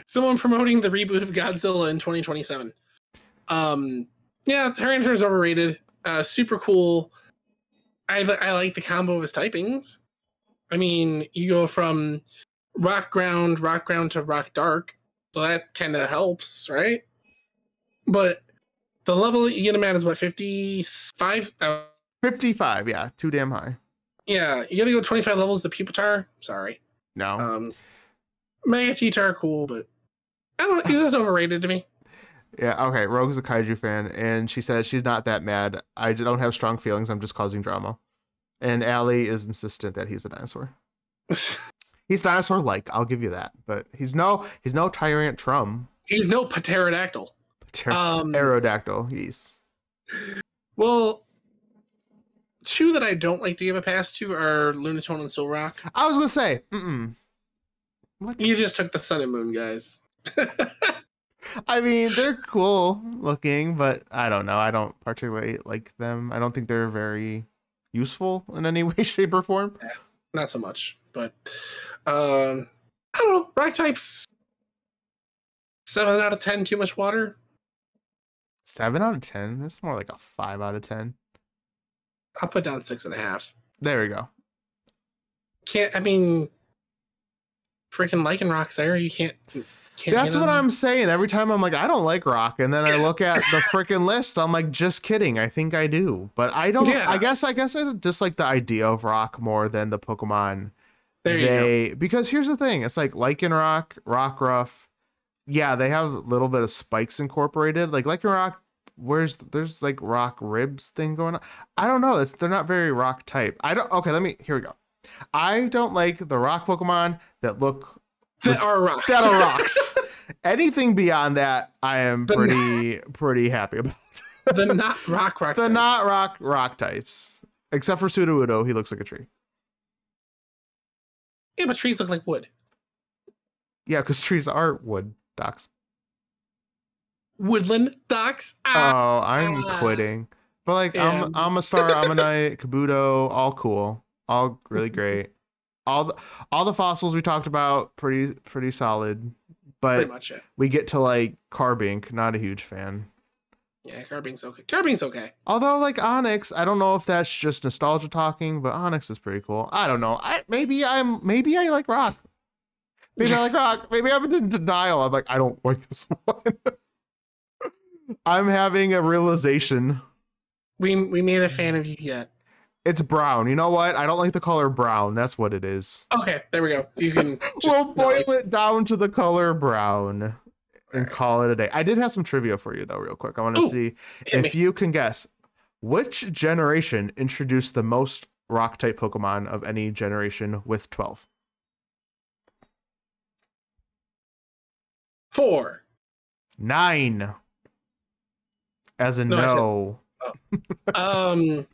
Speaker 2: Someone promoting the reboot of Godzilla in 2027. Um, yeah, Tyranitar is overrated. Uh, super cool. I li- I like the combo of his typings. I mean, you go from rock ground, rock ground to rock dark, so that kind of helps, right? But the level that you get him at is what 55. Uh,
Speaker 1: Fifty-five. Yeah, too damn high.
Speaker 2: yeah, you gotta go 25 levels to Pupitar. Sorry.
Speaker 1: No.
Speaker 2: Um, Mega T-Tar cool, but I don't. He's just overrated to me.
Speaker 1: yeah. Okay. Rogue's a kaiju fan, and she says she's not that mad. I don't have strong feelings. I'm just causing drama. And Allie is insistent that he's a dinosaur. He's dinosaur like, I'll give you that. But he's no he's no tyrant trum.
Speaker 2: He's no pterodactyl.
Speaker 1: Pter-
Speaker 2: Um,
Speaker 1: Aerodactyl. He's
Speaker 2: well, two that I don't like to give a pass to are Lunatone and Solrock.
Speaker 1: I was gonna say, mm what the-
Speaker 2: You just took the sun and moon, guys.
Speaker 1: I mean, they're cool looking, but I don't know. I don't particularly like them. I don't think they're very useful in any way, shape, or form.
Speaker 2: Not so much, but um, I don't know. Rock types. Seven out of ten. Too much water.
Speaker 1: Seven out of ten. It's more like a five out of ten.
Speaker 2: I'll put down six and a half.
Speaker 1: There we go.
Speaker 2: Can't. I mean, freaking lichen rocks there. You can't. can't
Speaker 1: That's
Speaker 2: get
Speaker 1: what
Speaker 2: on-
Speaker 1: I'm saying. Every time I'm like, I don't like rock, and then I look at the freaking list, I'm like, just kidding. I think I do, but I don't.
Speaker 2: Yeah.
Speaker 1: I guess I guess I dislike the idea of rock more than the Pokemon
Speaker 2: There you go.
Speaker 1: they because here's the thing it's like Lycanroc, Rockruff. Yeah, they have a little bit of spikes incorporated. Like Lycanroc, where's there's like rock ribs thing going on. I don't know. It's they're not very rock type. I don't okay, let me here we go. I don't like the rock Pokemon that look
Speaker 2: That are rocks.
Speaker 1: that are rocks. Anything beyond that, I am
Speaker 2: The-
Speaker 1: pretty pretty happy about.
Speaker 2: the not rock rock.
Speaker 1: The
Speaker 2: types.
Speaker 1: not rock rock types. Except for Sudowoodo, he looks like a tree.
Speaker 2: Yeah, but trees look like wood.
Speaker 1: Yeah, because trees are wood, Docs.
Speaker 2: Woodland docks. Ah.
Speaker 1: Oh, I'm
Speaker 2: Ah.
Speaker 1: quitting. But like I'm
Speaker 2: Yeah.
Speaker 1: I'm a star, ammonite, kabuto, all cool. All really great. All the all the fossils we talked about, pretty pretty solid.
Speaker 2: pretty
Speaker 1: But
Speaker 2: much it.
Speaker 1: we get to like Carbink, not a huge fan.
Speaker 2: Yeah, Carbing's okay. Carbing's okay.
Speaker 1: Although like Onyx, I don't know if that's just nostalgia talking, but Onyx is pretty cool. I don't know. I maybe I'm maybe I like rock. Maybe I like rock. Maybe I'm in denial. I'm like, I don't like this one. I'm having a realization.
Speaker 2: We we made a fan of you yet.
Speaker 1: It's brown. You know what? I don't like the color brown. That's what it is.
Speaker 2: Okay, there we go. You can just
Speaker 1: we'll boil it down to the color brown and call it a day. I did have some trivia for you though, real quick. I want to
Speaker 2: Ooh,
Speaker 1: see
Speaker 2: hit
Speaker 1: if you can guess which generation introduced the most rock type Pokemon of any generation with 12.
Speaker 2: four.
Speaker 1: Nine. As in
Speaker 2: No, I said-
Speaker 1: no.
Speaker 2: Um,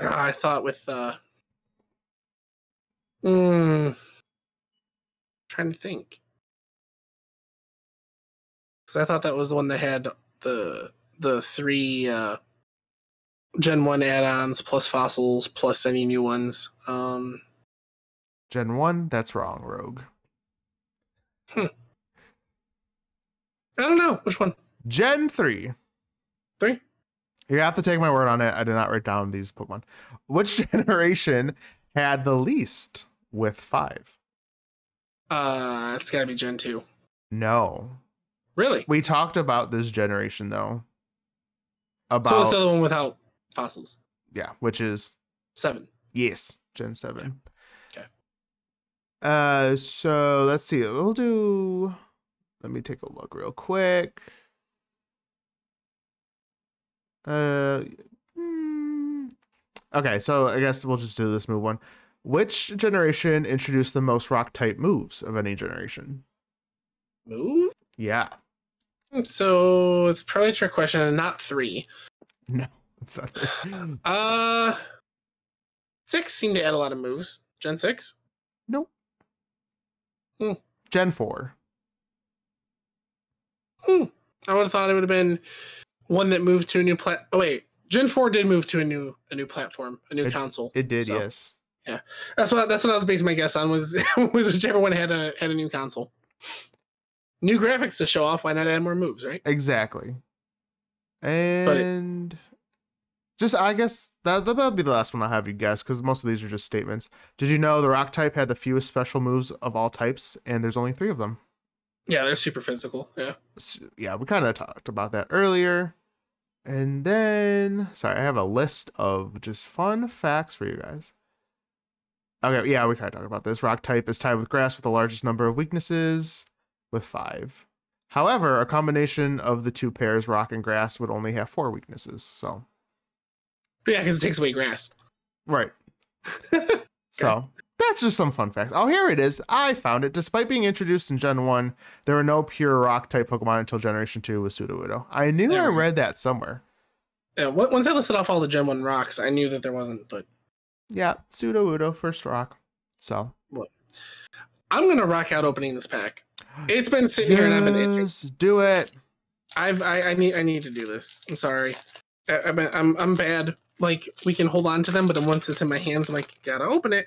Speaker 2: I thought with uh, mm, trying to think, because I thought that was the one that had the the three uh, Gen One add-ons plus fossils plus any new ones. Um,
Speaker 1: Gen 1, that's wrong, Rogue.
Speaker 2: I don't know which one.
Speaker 1: Gen 3.
Speaker 2: Three?
Speaker 1: You have to take my word on it. I did not write down these Pokemon. Which generation had the least with five?
Speaker 2: Uh, it's got to be Gen Two.
Speaker 1: No.
Speaker 2: Really?
Speaker 1: We talked about this generation though. About
Speaker 2: So it's the other one without fossils.
Speaker 1: yeah, which is
Speaker 2: Seven.
Speaker 1: yes, Gen 7.
Speaker 2: Okay.
Speaker 1: Uh so let's see. We'll do let me take a look real quick. Uh hmm. Okay, so I guess we'll just do this move one. Which generation introduced the most rock type moves of any generation?
Speaker 2: Move. Hmm,
Speaker 1: Yeah.
Speaker 2: So it's probably a trick question, and not three.
Speaker 1: No. It's not.
Speaker 2: Uh, six seemed to add a lot of moves. Gen six.
Speaker 1: Nope.
Speaker 2: Hmm.
Speaker 1: Gen 4.
Speaker 2: I would have thought it would have been one that moved to a new plat. Oh wait, Gen four did move to a new a new platform, a new console.
Speaker 1: It did,
Speaker 2: So,
Speaker 1: yes.
Speaker 2: That's what that's what I was basing my guess on was was whichever one had a had a new console. New graphics to show off. Why not add more moves, right?
Speaker 1: Exactly. And just I guess that that'll be the last one I'll have you guess because most of these are just statements. Did you know the rock type had the fewest special moves of all types, and there's only three of them?
Speaker 2: Yeah, they're super physical. Yeah.
Speaker 1: S- yeah, we kind of talked about that earlier. And then, sorry, I have a list of just fun facts for you guys. Okay, yeah, we kind of talked about this. Rock type is tied with grass with the largest number of weaknesses, with five. However, a combination of the two pairs, rock and grass, would only have four weaknesses. So,
Speaker 2: But yeah, because it takes away grass.
Speaker 1: right. So, that's just some fun facts. Oh, here it is. I found it. Despite being introduced in Gen 1, there were no pure rock type Pokemon until Generation 2 with Sudowoodo. I knew
Speaker 2: There
Speaker 1: I
Speaker 2: we go.
Speaker 1: read that somewhere.
Speaker 2: Yeah, on- once I listed off all the Gen 1 rocks, I knew that there wasn't, but
Speaker 1: Yeah, Sudowoodo, first rock. So.
Speaker 2: I'm going to rock out opening this pack. It's been sitting here and I've been itching.
Speaker 1: Yes, do it.
Speaker 2: I've I, I need I need to do this. I'm sorry. I, I'm I'm I'm bad. Like we can hold on to them, but then once it's in my hands, I'm like, gotta open it.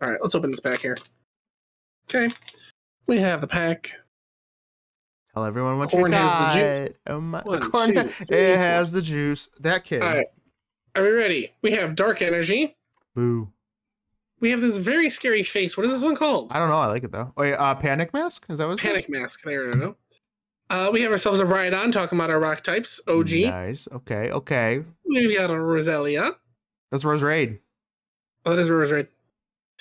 Speaker 2: All right, let's open this pack here. Okay, we have the pack.
Speaker 1: Tell everyone what
Speaker 2: Corn
Speaker 1: you got.
Speaker 2: has the juice.
Speaker 1: Oh my,
Speaker 2: One,
Speaker 1: corn
Speaker 2: two,
Speaker 1: ha-
Speaker 2: three,
Speaker 1: it
Speaker 2: four.
Speaker 1: has the juice. That kid.
Speaker 2: All right, are we ready? We have dark energy.
Speaker 1: Boo.
Speaker 2: We have this very scary face. What is this one called?
Speaker 1: I don't know. I like it though. Wait, uh, Panic Mask? Is that what it's
Speaker 2: Panic mask. There we go. Uh, we have ourselves a Rhydon talking about our rock types. OG.
Speaker 1: Nice. Okay. Okay.
Speaker 2: We got a Roselia.
Speaker 1: That's Rose Raid.
Speaker 2: Oh, that is Roserade.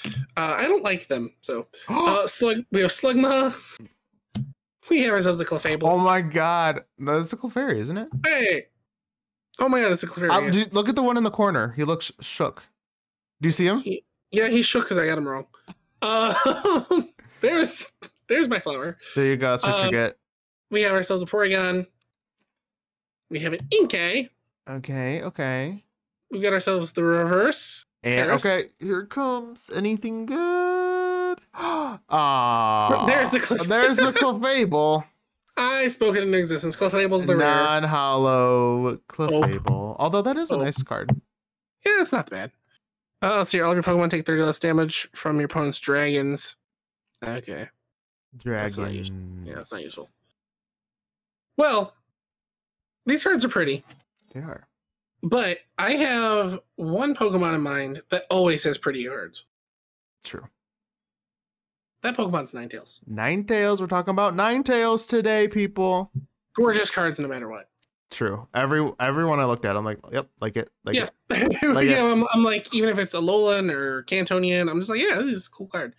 Speaker 2: Uh, I don't like them, so
Speaker 1: Oh.
Speaker 2: Uh, slug. We have Slugma. We have ourselves a Clefable.
Speaker 1: oh my god. No, That's a Clefairy, isn't it?
Speaker 2: hey. Oh my god, it's a Clefairy.
Speaker 1: Uh, do- look at the one in the corner. He looks shook. Do you see him?
Speaker 2: He- yeah, he shook because I got him wrong. Uh, there's there's my flower.
Speaker 1: There you go. That's what
Speaker 2: Um,
Speaker 1: you get.
Speaker 2: We have ourselves a Porygon. We have an Inkay.
Speaker 1: Okay. Okay.
Speaker 2: We've got ourselves the reverse.
Speaker 1: And
Speaker 2: Paris?
Speaker 1: okay, here comes anything good. Ah,
Speaker 2: There's the Clef-
Speaker 1: there's the Clefable.
Speaker 2: I spoke it into existence. Clefable's the rare.
Speaker 1: non hollow Clefable. Although that is a
Speaker 2: Oh.
Speaker 1: nice card.
Speaker 2: Yeah, it's not bad. Uh, let's see. All of your Pokemon take 30 less damage from your opponent's dragons. Okay.
Speaker 1: Dragon.
Speaker 2: not useful. Yeah, that's not useful. Well, these cards are pretty,
Speaker 1: They are.
Speaker 2: but I have one Pokemon in mind that always has pretty cards.
Speaker 1: True.
Speaker 2: That Pokemon's Ninetales.
Speaker 1: Nine tails. We're talking about nine tails today, people.
Speaker 2: Gorgeous cards no matter what.
Speaker 1: True. Every everyone I looked at, I'm like, yep, like it, like
Speaker 2: yeah.
Speaker 1: it.
Speaker 2: yeah,
Speaker 1: Like it.
Speaker 2: I'm, I'm like, even if it's Alolan or Cantonian, I'm just like, yeah, this is a cool card.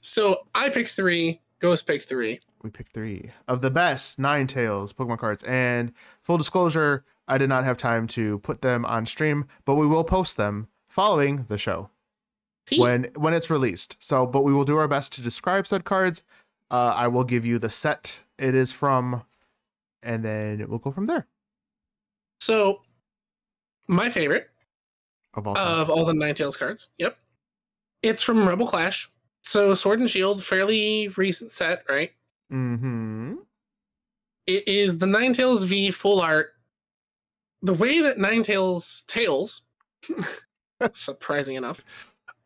Speaker 2: So I picked three, Ghost picked three.
Speaker 1: We picked three of the best nine tails Pokemon cards. And full disclosure, I did not have time to put them on stream, but we will post them following the show.
Speaker 2: See?
Speaker 1: when when it's released. So, but we will do our best to describe said cards. Uh, I will give you the set it is from, and then we'll go from there.
Speaker 2: So my favorite
Speaker 1: Of all time.
Speaker 2: of all the Ninetales cards. Yep. It's from Rebel Clash. So Sword and Shield, fairly recent set, right?
Speaker 1: mm-hmm.
Speaker 2: It is the Ninetales V full art. The way that Ninetales tails, surprising enough,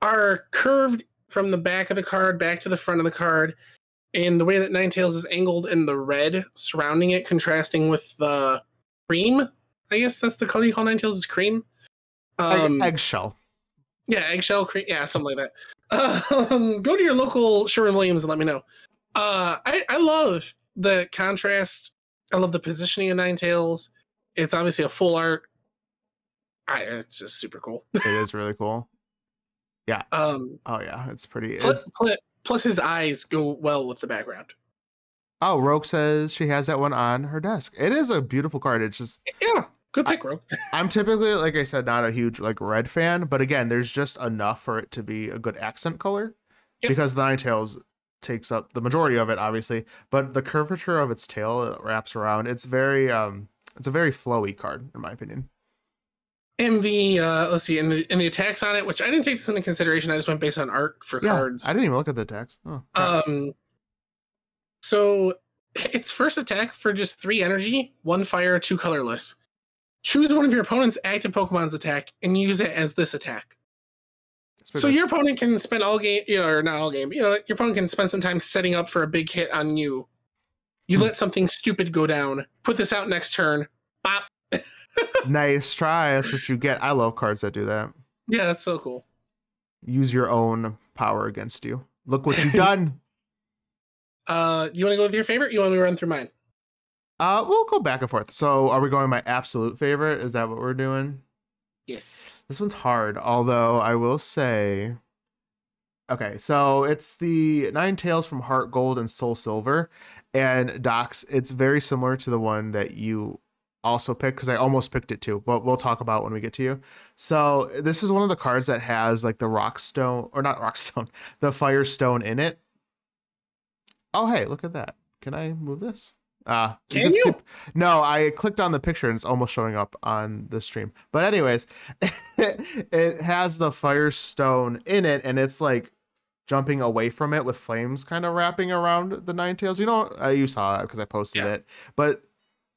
Speaker 2: are curved from the back of the card back to the front of the card. And the way that Ninetales is angled in the red surrounding it, contrasting with the cream. I guess that's the color you call Ninetales is cream. Um,
Speaker 1: eggshell.
Speaker 2: yeah, eggshell cream. Yeah, something like that. Um, go to your local Sherwin Williams and let me know. Uh, I, I love the contrast. I love the positioning of Nine Tails. It's obviously a full art. I, it's just super cool.
Speaker 1: it is really cool.
Speaker 2: Um,
Speaker 1: Oh yeah, it's pretty.
Speaker 2: pl-
Speaker 1: it's-
Speaker 2: pl- plus, his eyes go well with the background.
Speaker 1: oh, Rogue says she has that one on her desk. It is a beautiful card. It's just
Speaker 2: Yeah, good pick, Rogue.
Speaker 1: I'm typically, like I said, not a huge like red fan, but again, there's just enough for it to be a good accent color
Speaker 2: Yep.
Speaker 1: because the Ninetales takes up the majority of it, obviously. But the curvature of its tail it wraps around. It's very um, it's a very flowy card in my opinion.
Speaker 2: And the uh, let's see, and the and the attacks on it, which I didn't take this into consideration. I just went based on art for
Speaker 1: Yeah,
Speaker 2: cards.
Speaker 1: I didn't even look at the text. Oh, crap.
Speaker 2: Um, so its first attack for just three energy, one fire, two colorless. Choose one of your opponent's active Pokemon's attack and use it as this attack.
Speaker 1: It's
Speaker 2: So
Speaker 1: because-
Speaker 2: your opponent can spend all game, you know, or not all game, you know, your opponent can spend some time setting up for a big hit on you. You
Speaker 1: Hmm.
Speaker 2: let something stupid go down. Put this out next turn. Bop.
Speaker 1: nice try. That's what you get. I love cards that do that.
Speaker 2: Yeah, that's so cool.
Speaker 1: Use your own power against you. Look what you've done.
Speaker 2: Uh, you want to go with your favorite? You want me to run through mine?
Speaker 1: Uh, we'll go back and forth. So, are we going my absolute favorite? Is that what we're doing?
Speaker 2: Yes.
Speaker 1: This one's hard, although I will say. Okay, so it's the Nine Tails from Heart Gold and Soul Silver, and Docs. It's very similar to the one that you also picked because I almost picked it too, but we'll talk about it when we get to you. So this is one of the cards that has like the rock stone or not rock stone, the fire stone in it. Oh hey, look at that. Can I move this? Uh
Speaker 2: Can you?
Speaker 1: see- no, I clicked on the picture and it's almost showing up on the stream. But anyways, it has the fire stone in it and it's like jumping away from it with flames kind of wrapping around the nine tails. You know, uh, you saw it because I posted
Speaker 2: Yeah.
Speaker 1: it. But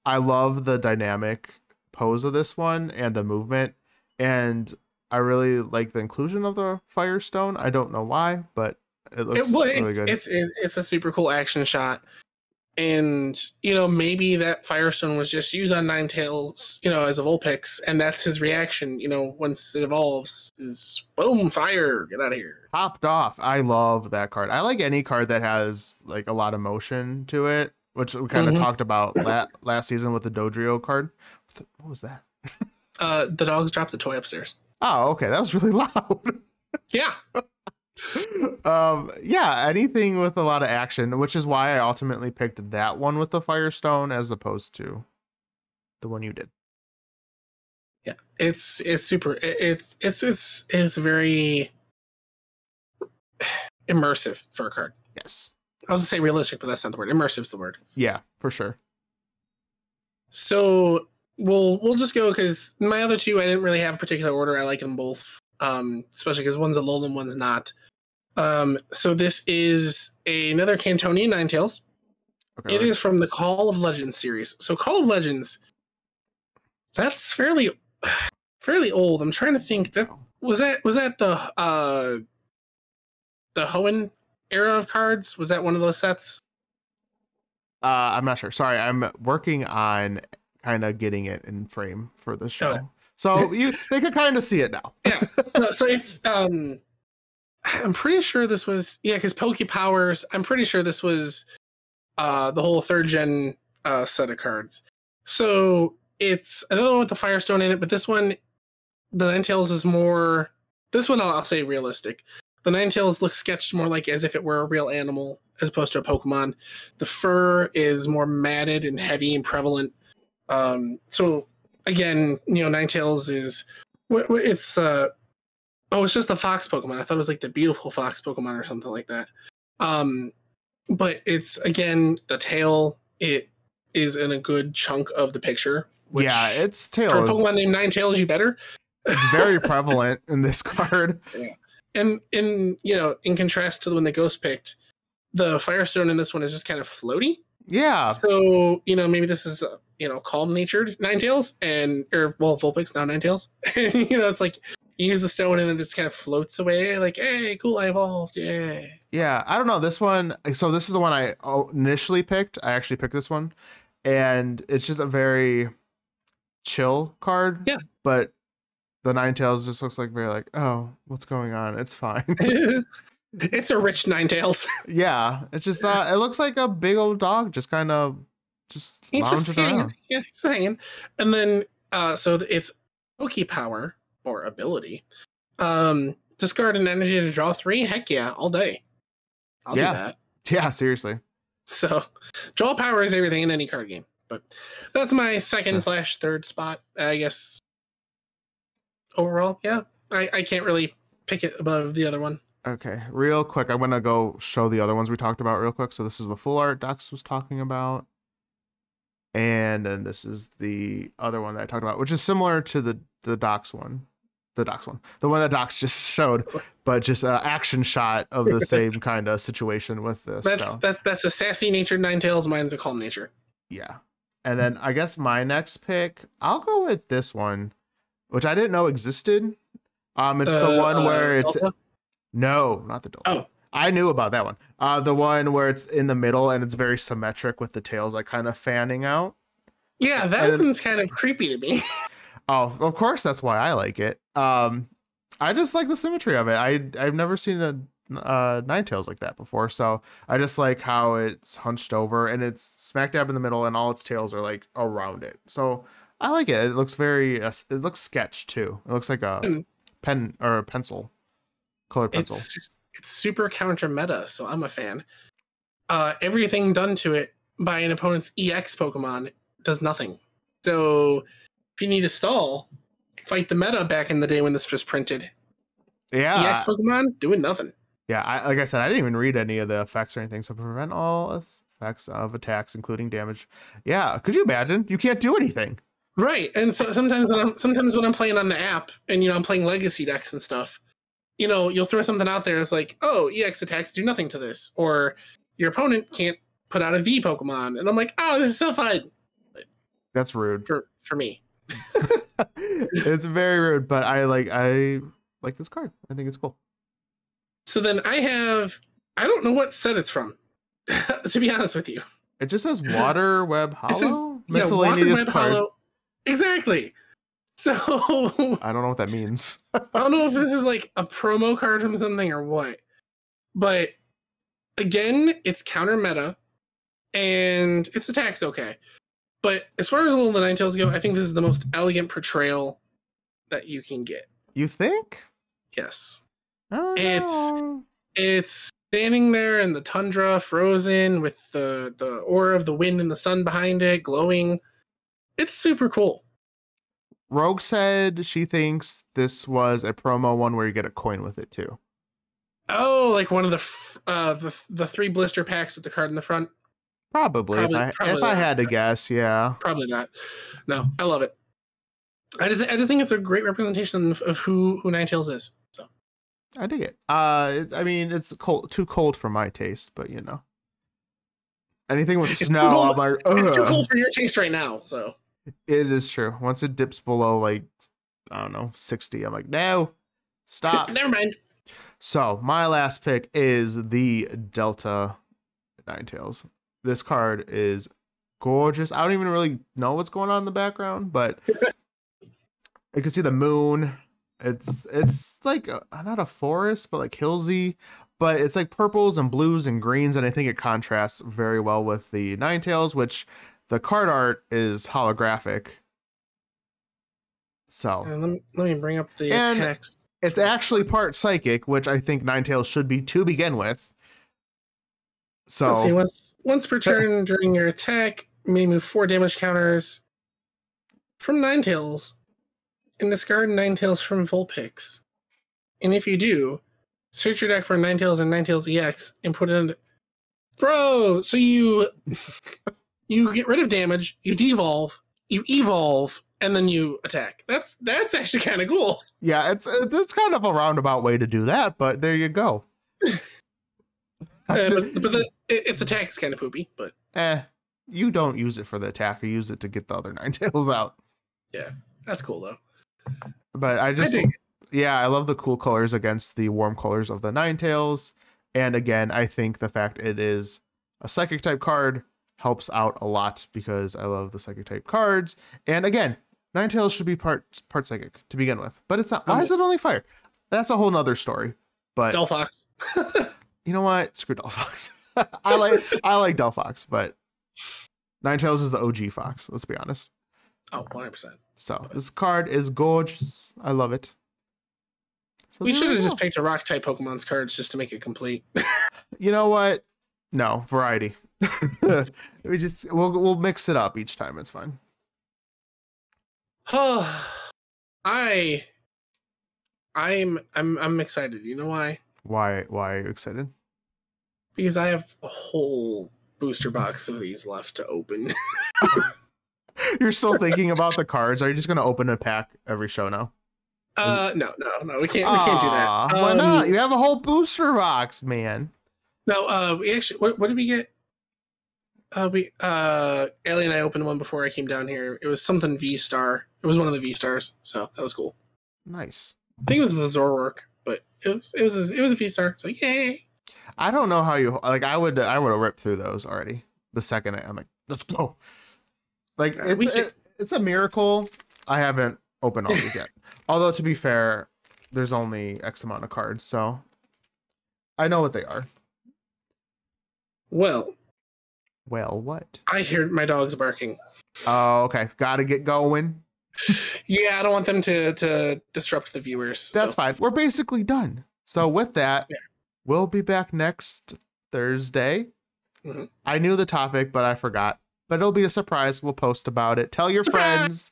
Speaker 1: I love the dynamic pose of this one and the movement. And I really like the inclusion of the Firestone. I don't know why, but it looks
Speaker 2: It, well,
Speaker 1: really
Speaker 2: it's,
Speaker 1: good.
Speaker 2: it's it- it's a super cool action shot, and you know maybe that Firestone was just used on Ninetales, you know, as a Vulpix, and that's his reaction. You know, once it evolves, is boom, fire, get out of here.
Speaker 1: Popped off. I love that card. I like any card that has like a lot of motion to it, which we kind of
Speaker 2: Mhm.
Speaker 1: talked about la- last season with the Dodrio card. What the- What was that?
Speaker 2: Uh, the dogs dropped the toy upstairs.
Speaker 1: Oh, okay. That was really loud.
Speaker 2: Yeah,
Speaker 1: um yeah anything with a lot of action which is why i ultimately picked that one with the firestone as opposed to the one you did
Speaker 2: it's it's super. It, it's it's it's it's very immersive for a card.
Speaker 1: yes
Speaker 2: I was gonna say realistic, but that's not the word. Immersive's the word.
Speaker 1: yeah for sure
Speaker 2: So we'll we'll just go because my other two I didn't really have a particular order. I like them both, um, especially because one's a Lowland, one's not. Um, so this is another Cantonian Ninetales.
Speaker 1: okay
Speaker 2: It is from the Call of Legends series. So Call of Legends, that's fairly fairly old. I'm trying to think that was that was that the uh the Hoenn era of cards? Was that one of those sets?
Speaker 1: uh i'm not sure sorry i'm working on kind of getting it in frame for the show
Speaker 2: Okay.
Speaker 1: so you they could kind of see it now
Speaker 2: no, so it's um I'm pretty sure this was yeah, because Poke Powers, I'm pretty sure this was uh the whole third gen uh set of cards. So it's another one with the Firestone in it, but this one the Ninetales is more this one I'll, I'll say realistic. The Ninetales looks sketched more like as if it were a real animal as opposed to a Pokemon. The fur is more matted and heavy and prevalent. Um so again, you know, Ninetales is Wh- wh- It's uh oh, it's just the fox Pokemon. I thought it was like the beautiful fox Pokemon or something like that. Um, but it's again the tail. It is in a good chunk of the picture. Which
Speaker 1: yeah its
Speaker 2: for a
Speaker 1: tail is,
Speaker 2: Pokemon named Nine Tails, you better.
Speaker 1: it's very prevalent in this card
Speaker 2: And in you know, in contrast to the one that Ghost picked, the Firestone in this one is just kind of floaty.
Speaker 1: yeah
Speaker 2: So you know, maybe this is uh, you know calm natured Ninetales and or well Vulpix now Ninetales. you know, it's like you use the stone and then it just kind of floats away. Like, hey, cool, I evolved, yeah.
Speaker 1: Yeah, I don't know. This one, so this is the one I o- initially picked. I actually picked this one, and it's just a very chill card.
Speaker 2: Yeah.
Speaker 1: But the Ninetales just looks like very like, oh, what's going on? It's fine.
Speaker 2: it's a rich Ninetales.
Speaker 1: yeah, it's just uh, it looks like a big old dog just kind of just
Speaker 2: he's just
Speaker 1: lounging around.
Speaker 2: hanging, yeah, he's just hanging. And then uh, so th- it's Poke Power or ability. Um, discard an energy to draw three. Heck yeah, all day. I'll
Speaker 1: Yeah.
Speaker 2: do that.
Speaker 1: Yeah, seriously.
Speaker 2: So, draw power is everything in any card game. But that's my second
Speaker 1: Sure.
Speaker 2: slash third spot, I guess. Overall, yeah, I, I can't really pick it above the other one.
Speaker 1: Okay, real quick, I'm gonna go show the other ones we talked about real quick. So this is the full art Docs was talking about, and then this is the other one that I talked about, which is similar to the the Docs one, the Docs one, the one that Docs just showed,
Speaker 2: That's what-
Speaker 1: but just an action shot of the same kind of situation with this.
Speaker 2: That's
Speaker 1: so,
Speaker 2: that's that's a sassy nature nine tails. Mine's a calm nature.
Speaker 1: yeah, and then I guess my next pick, I'll go with this one, which I didn't know existed. Um, it's the
Speaker 2: Uh,
Speaker 1: one where
Speaker 2: uh,
Speaker 1: it's
Speaker 2: Delta?
Speaker 1: no, not the Delta.
Speaker 2: oh
Speaker 1: I knew about that one. Uh, the one where it's in the middle and it's very symmetric with the tails like kind of fanning out.
Speaker 2: yeah, that
Speaker 1: And-
Speaker 2: one's kind of creepy to me.
Speaker 1: Oh, of course, that's why I like it. Um, I just like the symmetry of it. I I've never seen a uh nine tails like that before, so I just like how it's hunched over and it's smack dab in the middle, and all its tails are like around it. So I like it. It looks very. Uh, it looks sketched too. It looks like a
Speaker 2: Mm.
Speaker 1: pen or a pencil, colored pencil.
Speaker 2: It's it's super counter meta, so I'm a fan. Uh, everything done to it by an opponent's EX Pokemon E does nothing. So if you need to stall, fight the meta back in the day when this was printed.
Speaker 1: Yeah.
Speaker 2: EX Pokemon doing nothing.
Speaker 1: Yeah, I, like I said, I didn't even read any of the effects or anything. So prevent all effects of attacks, including damage. Yeah, could you imagine? You can't do anything.
Speaker 2: Right. And so sometimes when I'm sometimes when I'm playing on the app and you know I'm playing legacy decks and stuff, you know, you'll throw something out there it's like, oh, EX attacks do nothing to this, or your opponent can't put out a V Pokemon. And I'm like, oh, this is so fun
Speaker 1: That's rude.
Speaker 2: for, for me.
Speaker 1: it's very rude, but I like I like this card. I think it's cool.
Speaker 2: So then I have I don't know what set it's from. to be honest with you.
Speaker 1: It just says water web
Speaker 2: It says-
Speaker 1: hollow
Speaker 2: Yeah, Walker
Speaker 1: miscellaneous
Speaker 2: Red
Speaker 1: card.
Speaker 2: Hollow- Exactly. So I
Speaker 1: I don't know what that means.
Speaker 2: don't know if this is like a promo card from something or what, but again, it's counter meta, and its attacks okay. But as far as all the Nine Tails go, I think this is the most elegant portrayal that you can get.
Speaker 1: You think?
Speaker 2: Yes.
Speaker 1: Oh,
Speaker 2: It's- it's standing there in the tundra, frozen with the the aura of the wind and the sun behind it, glowing. It's super cool.
Speaker 1: Rogue said she thinks this was a promo one where you get a coin with it too.
Speaker 2: Oh, like one of the f- uh the the three blister packs with the card in the front.
Speaker 1: Probably,
Speaker 2: Probably-
Speaker 1: if I
Speaker 2: probably
Speaker 1: if I
Speaker 2: not.
Speaker 1: had to guess, yeah.
Speaker 2: Probably not. No, I love it. I just I just think it's a great representation of, of who who Ninetales is. So
Speaker 1: I dig it. Uh, it, I mean, it's cold, too cold for my taste, but you know, anything with
Speaker 2: It's too
Speaker 1: snow,
Speaker 2: cold-
Speaker 1: I'm like,
Speaker 2: it's too
Speaker 1: "Ugh."
Speaker 2: cool for your taste right now. So
Speaker 1: It is true. Once it dips below like, I don't know, sixty, I'm like, no, stop.
Speaker 2: never mind.
Speaker 1: So my last pick is the Delta Ninetales. This card is gorgeous. I don't even really know what's going on in the background, but you can see the moon. It's it's like a, not a forest, but like hillsy, but it's like purples and blues and greens, and I think it contrasts very well with the Ninetales, which the card art is holographic. So
Speaker 2: Uh, let, me, let me bring up the
Speaker 1: Oh. And-
Speaker 2: attacks.
Speaker 1: it's actually part psychic, which I think Ninetales should be to begin with.
Speaker 2: Let's see.
Speaker 1: So
Speaker 2: Once once per turn during your attack, you may move four damage counters from Nine Tails, and discard Nine Tails from Vulpix. And if you do, search your deck for Nine Tails or Nine Tails EX and put it in. Bro, so you you get rid of damage, you devolve, you evolve, and then you attack. That's that's actually kind of cool.
Speaker 1: yeah, it's it's kind of a roundabout way to do that, but there you go. I
Speaker 2: Uh,
Speaker 1: ju-
Speaker 2: but but the, it, its attack is kind of poopy, but
Speaker 1: eh, you don't use it for the attack; you use it to get the other Ninetales out.
Speaker 2: that's cool though.
Speaker 1: But I
Speaker 2: I
Speaker 1: just
Speaker 2: dig
Speaker 1: yeah, I love the cool colors against the warm colors of the Ninetales. And again, I think the fact it is a psychic type card helps out a lot because I love the psychic type cards. And again, Ninetales should be part part psychic to begin with. But it's
Speaker 2: Um,
Speaker 1: not why is it only fire? That's a whole nother story. But
Speaker 2: it. Delphox.
Speaker 1: you know what? Screw Delphox. I like I like Delphox, but Ninetales is the OG Fox, let's be honest.
Speaker 2: Oh, 100%.
Speaker 1: So this card is gorgeous. I love it. So
Speaker 2: We
Speaker 1: there
Speaker 2: should
Speaker 1: we
Speaker 2: have
Speaker 1: go.
Speaker 2: just picked a rock type Pokemon's cards just to make it complete.
Speaker 1: you know what? No variety. we just we'll we'll mix it up each time. It's fine.
Speaker 2: Oh, I, I'm, I'm, I'm excited. You know why?
Speaker 1: Why why are you excited?
Speaker 2: Because I have a whole booster box of these left to open.
Speaker 1: You're still thinking about the cards. Are you just gonna open a pack every show now?
Speaker 2: Uh, no, no, no, we can't, we can't do
Speaker 1: Mm. Aw,
Speaker 2: that.
Speaker 1: Why
Speaker 2: Um,
Speaker 1: not? You have a whole booster box, man.
Speaker 2: No, uh, we actually, what, what did we get? Uh, we, uh, Ellie and I opened one before I came down here. It was something V Star. It was one of the V Stars, so that was cool.
Speaker 1: Nice.
Speaker 2: I think it was the Zorork, but it was, it was, a, it was a V Star. So yay!
Speaker 1: I don't know how you like. I would I would have ripped through those already. The second I, I'm like, let's go. Like
Speaker 2: Yeah, we
Speaker 1: it's
Speaker 2: should-
Speaker 1: it- it's a miracle. I haven't opened all these yet. Although to be fair, there's only X amount of cards, so I know what they are.
Speaker 2: Well,
Speaker 1: Well, what?
Speaker 2: I hear my dogs barking.
Speaker 1: Oh, okay. Gotta get going.
Speaker 2: Yeah, I don't want them to to disrupt the viewers.
Speaker 1: That's
Speaker 2: so. Mm-hmm.
Speaker 1: fine. We're basically done. So with that,
Speaker 2: Yeah.
Speaker 1: we'll be back next Thursday.
Speaker 2: Mhm.
Speaker 1: I knew the topic, but I forgot. but it'll be a surprise. We'll post about it. Tell your
Speaker 2: Surprise!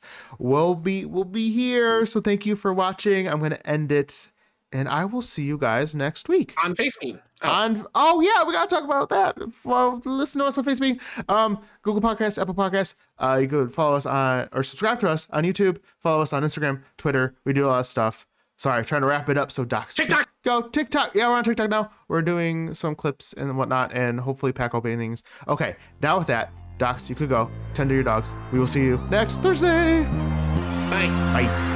Speaker 1: friends. We'll be we'll be here. So thank you for watching. I'm gonna end it, and I will see you guys next week.
Speaker 2: on FaceMe. Oh,
Speaker 1: On oh yeah, we gotta talk about that. Well, listen to us on Facebook, um, Google Podcasts, Apple Podcasts. Uh, you could follow us on or subscribe to us on YouTube. Follow us on Instagram, Twitter. We do a lot of stuff. Sorry, trying to wrap it up. So Docs
Speaker 2: TikTok.
Speaker 1: go TikTok. Yeah, we're on TikTok now. We're doing some clips and whatnot, and hopefully pack opening things. Okay, now with that, Docs, you could go tend to your dogs. We will see you next Thursday.
Speaker 2: Bye.
Speaker 1: Bye.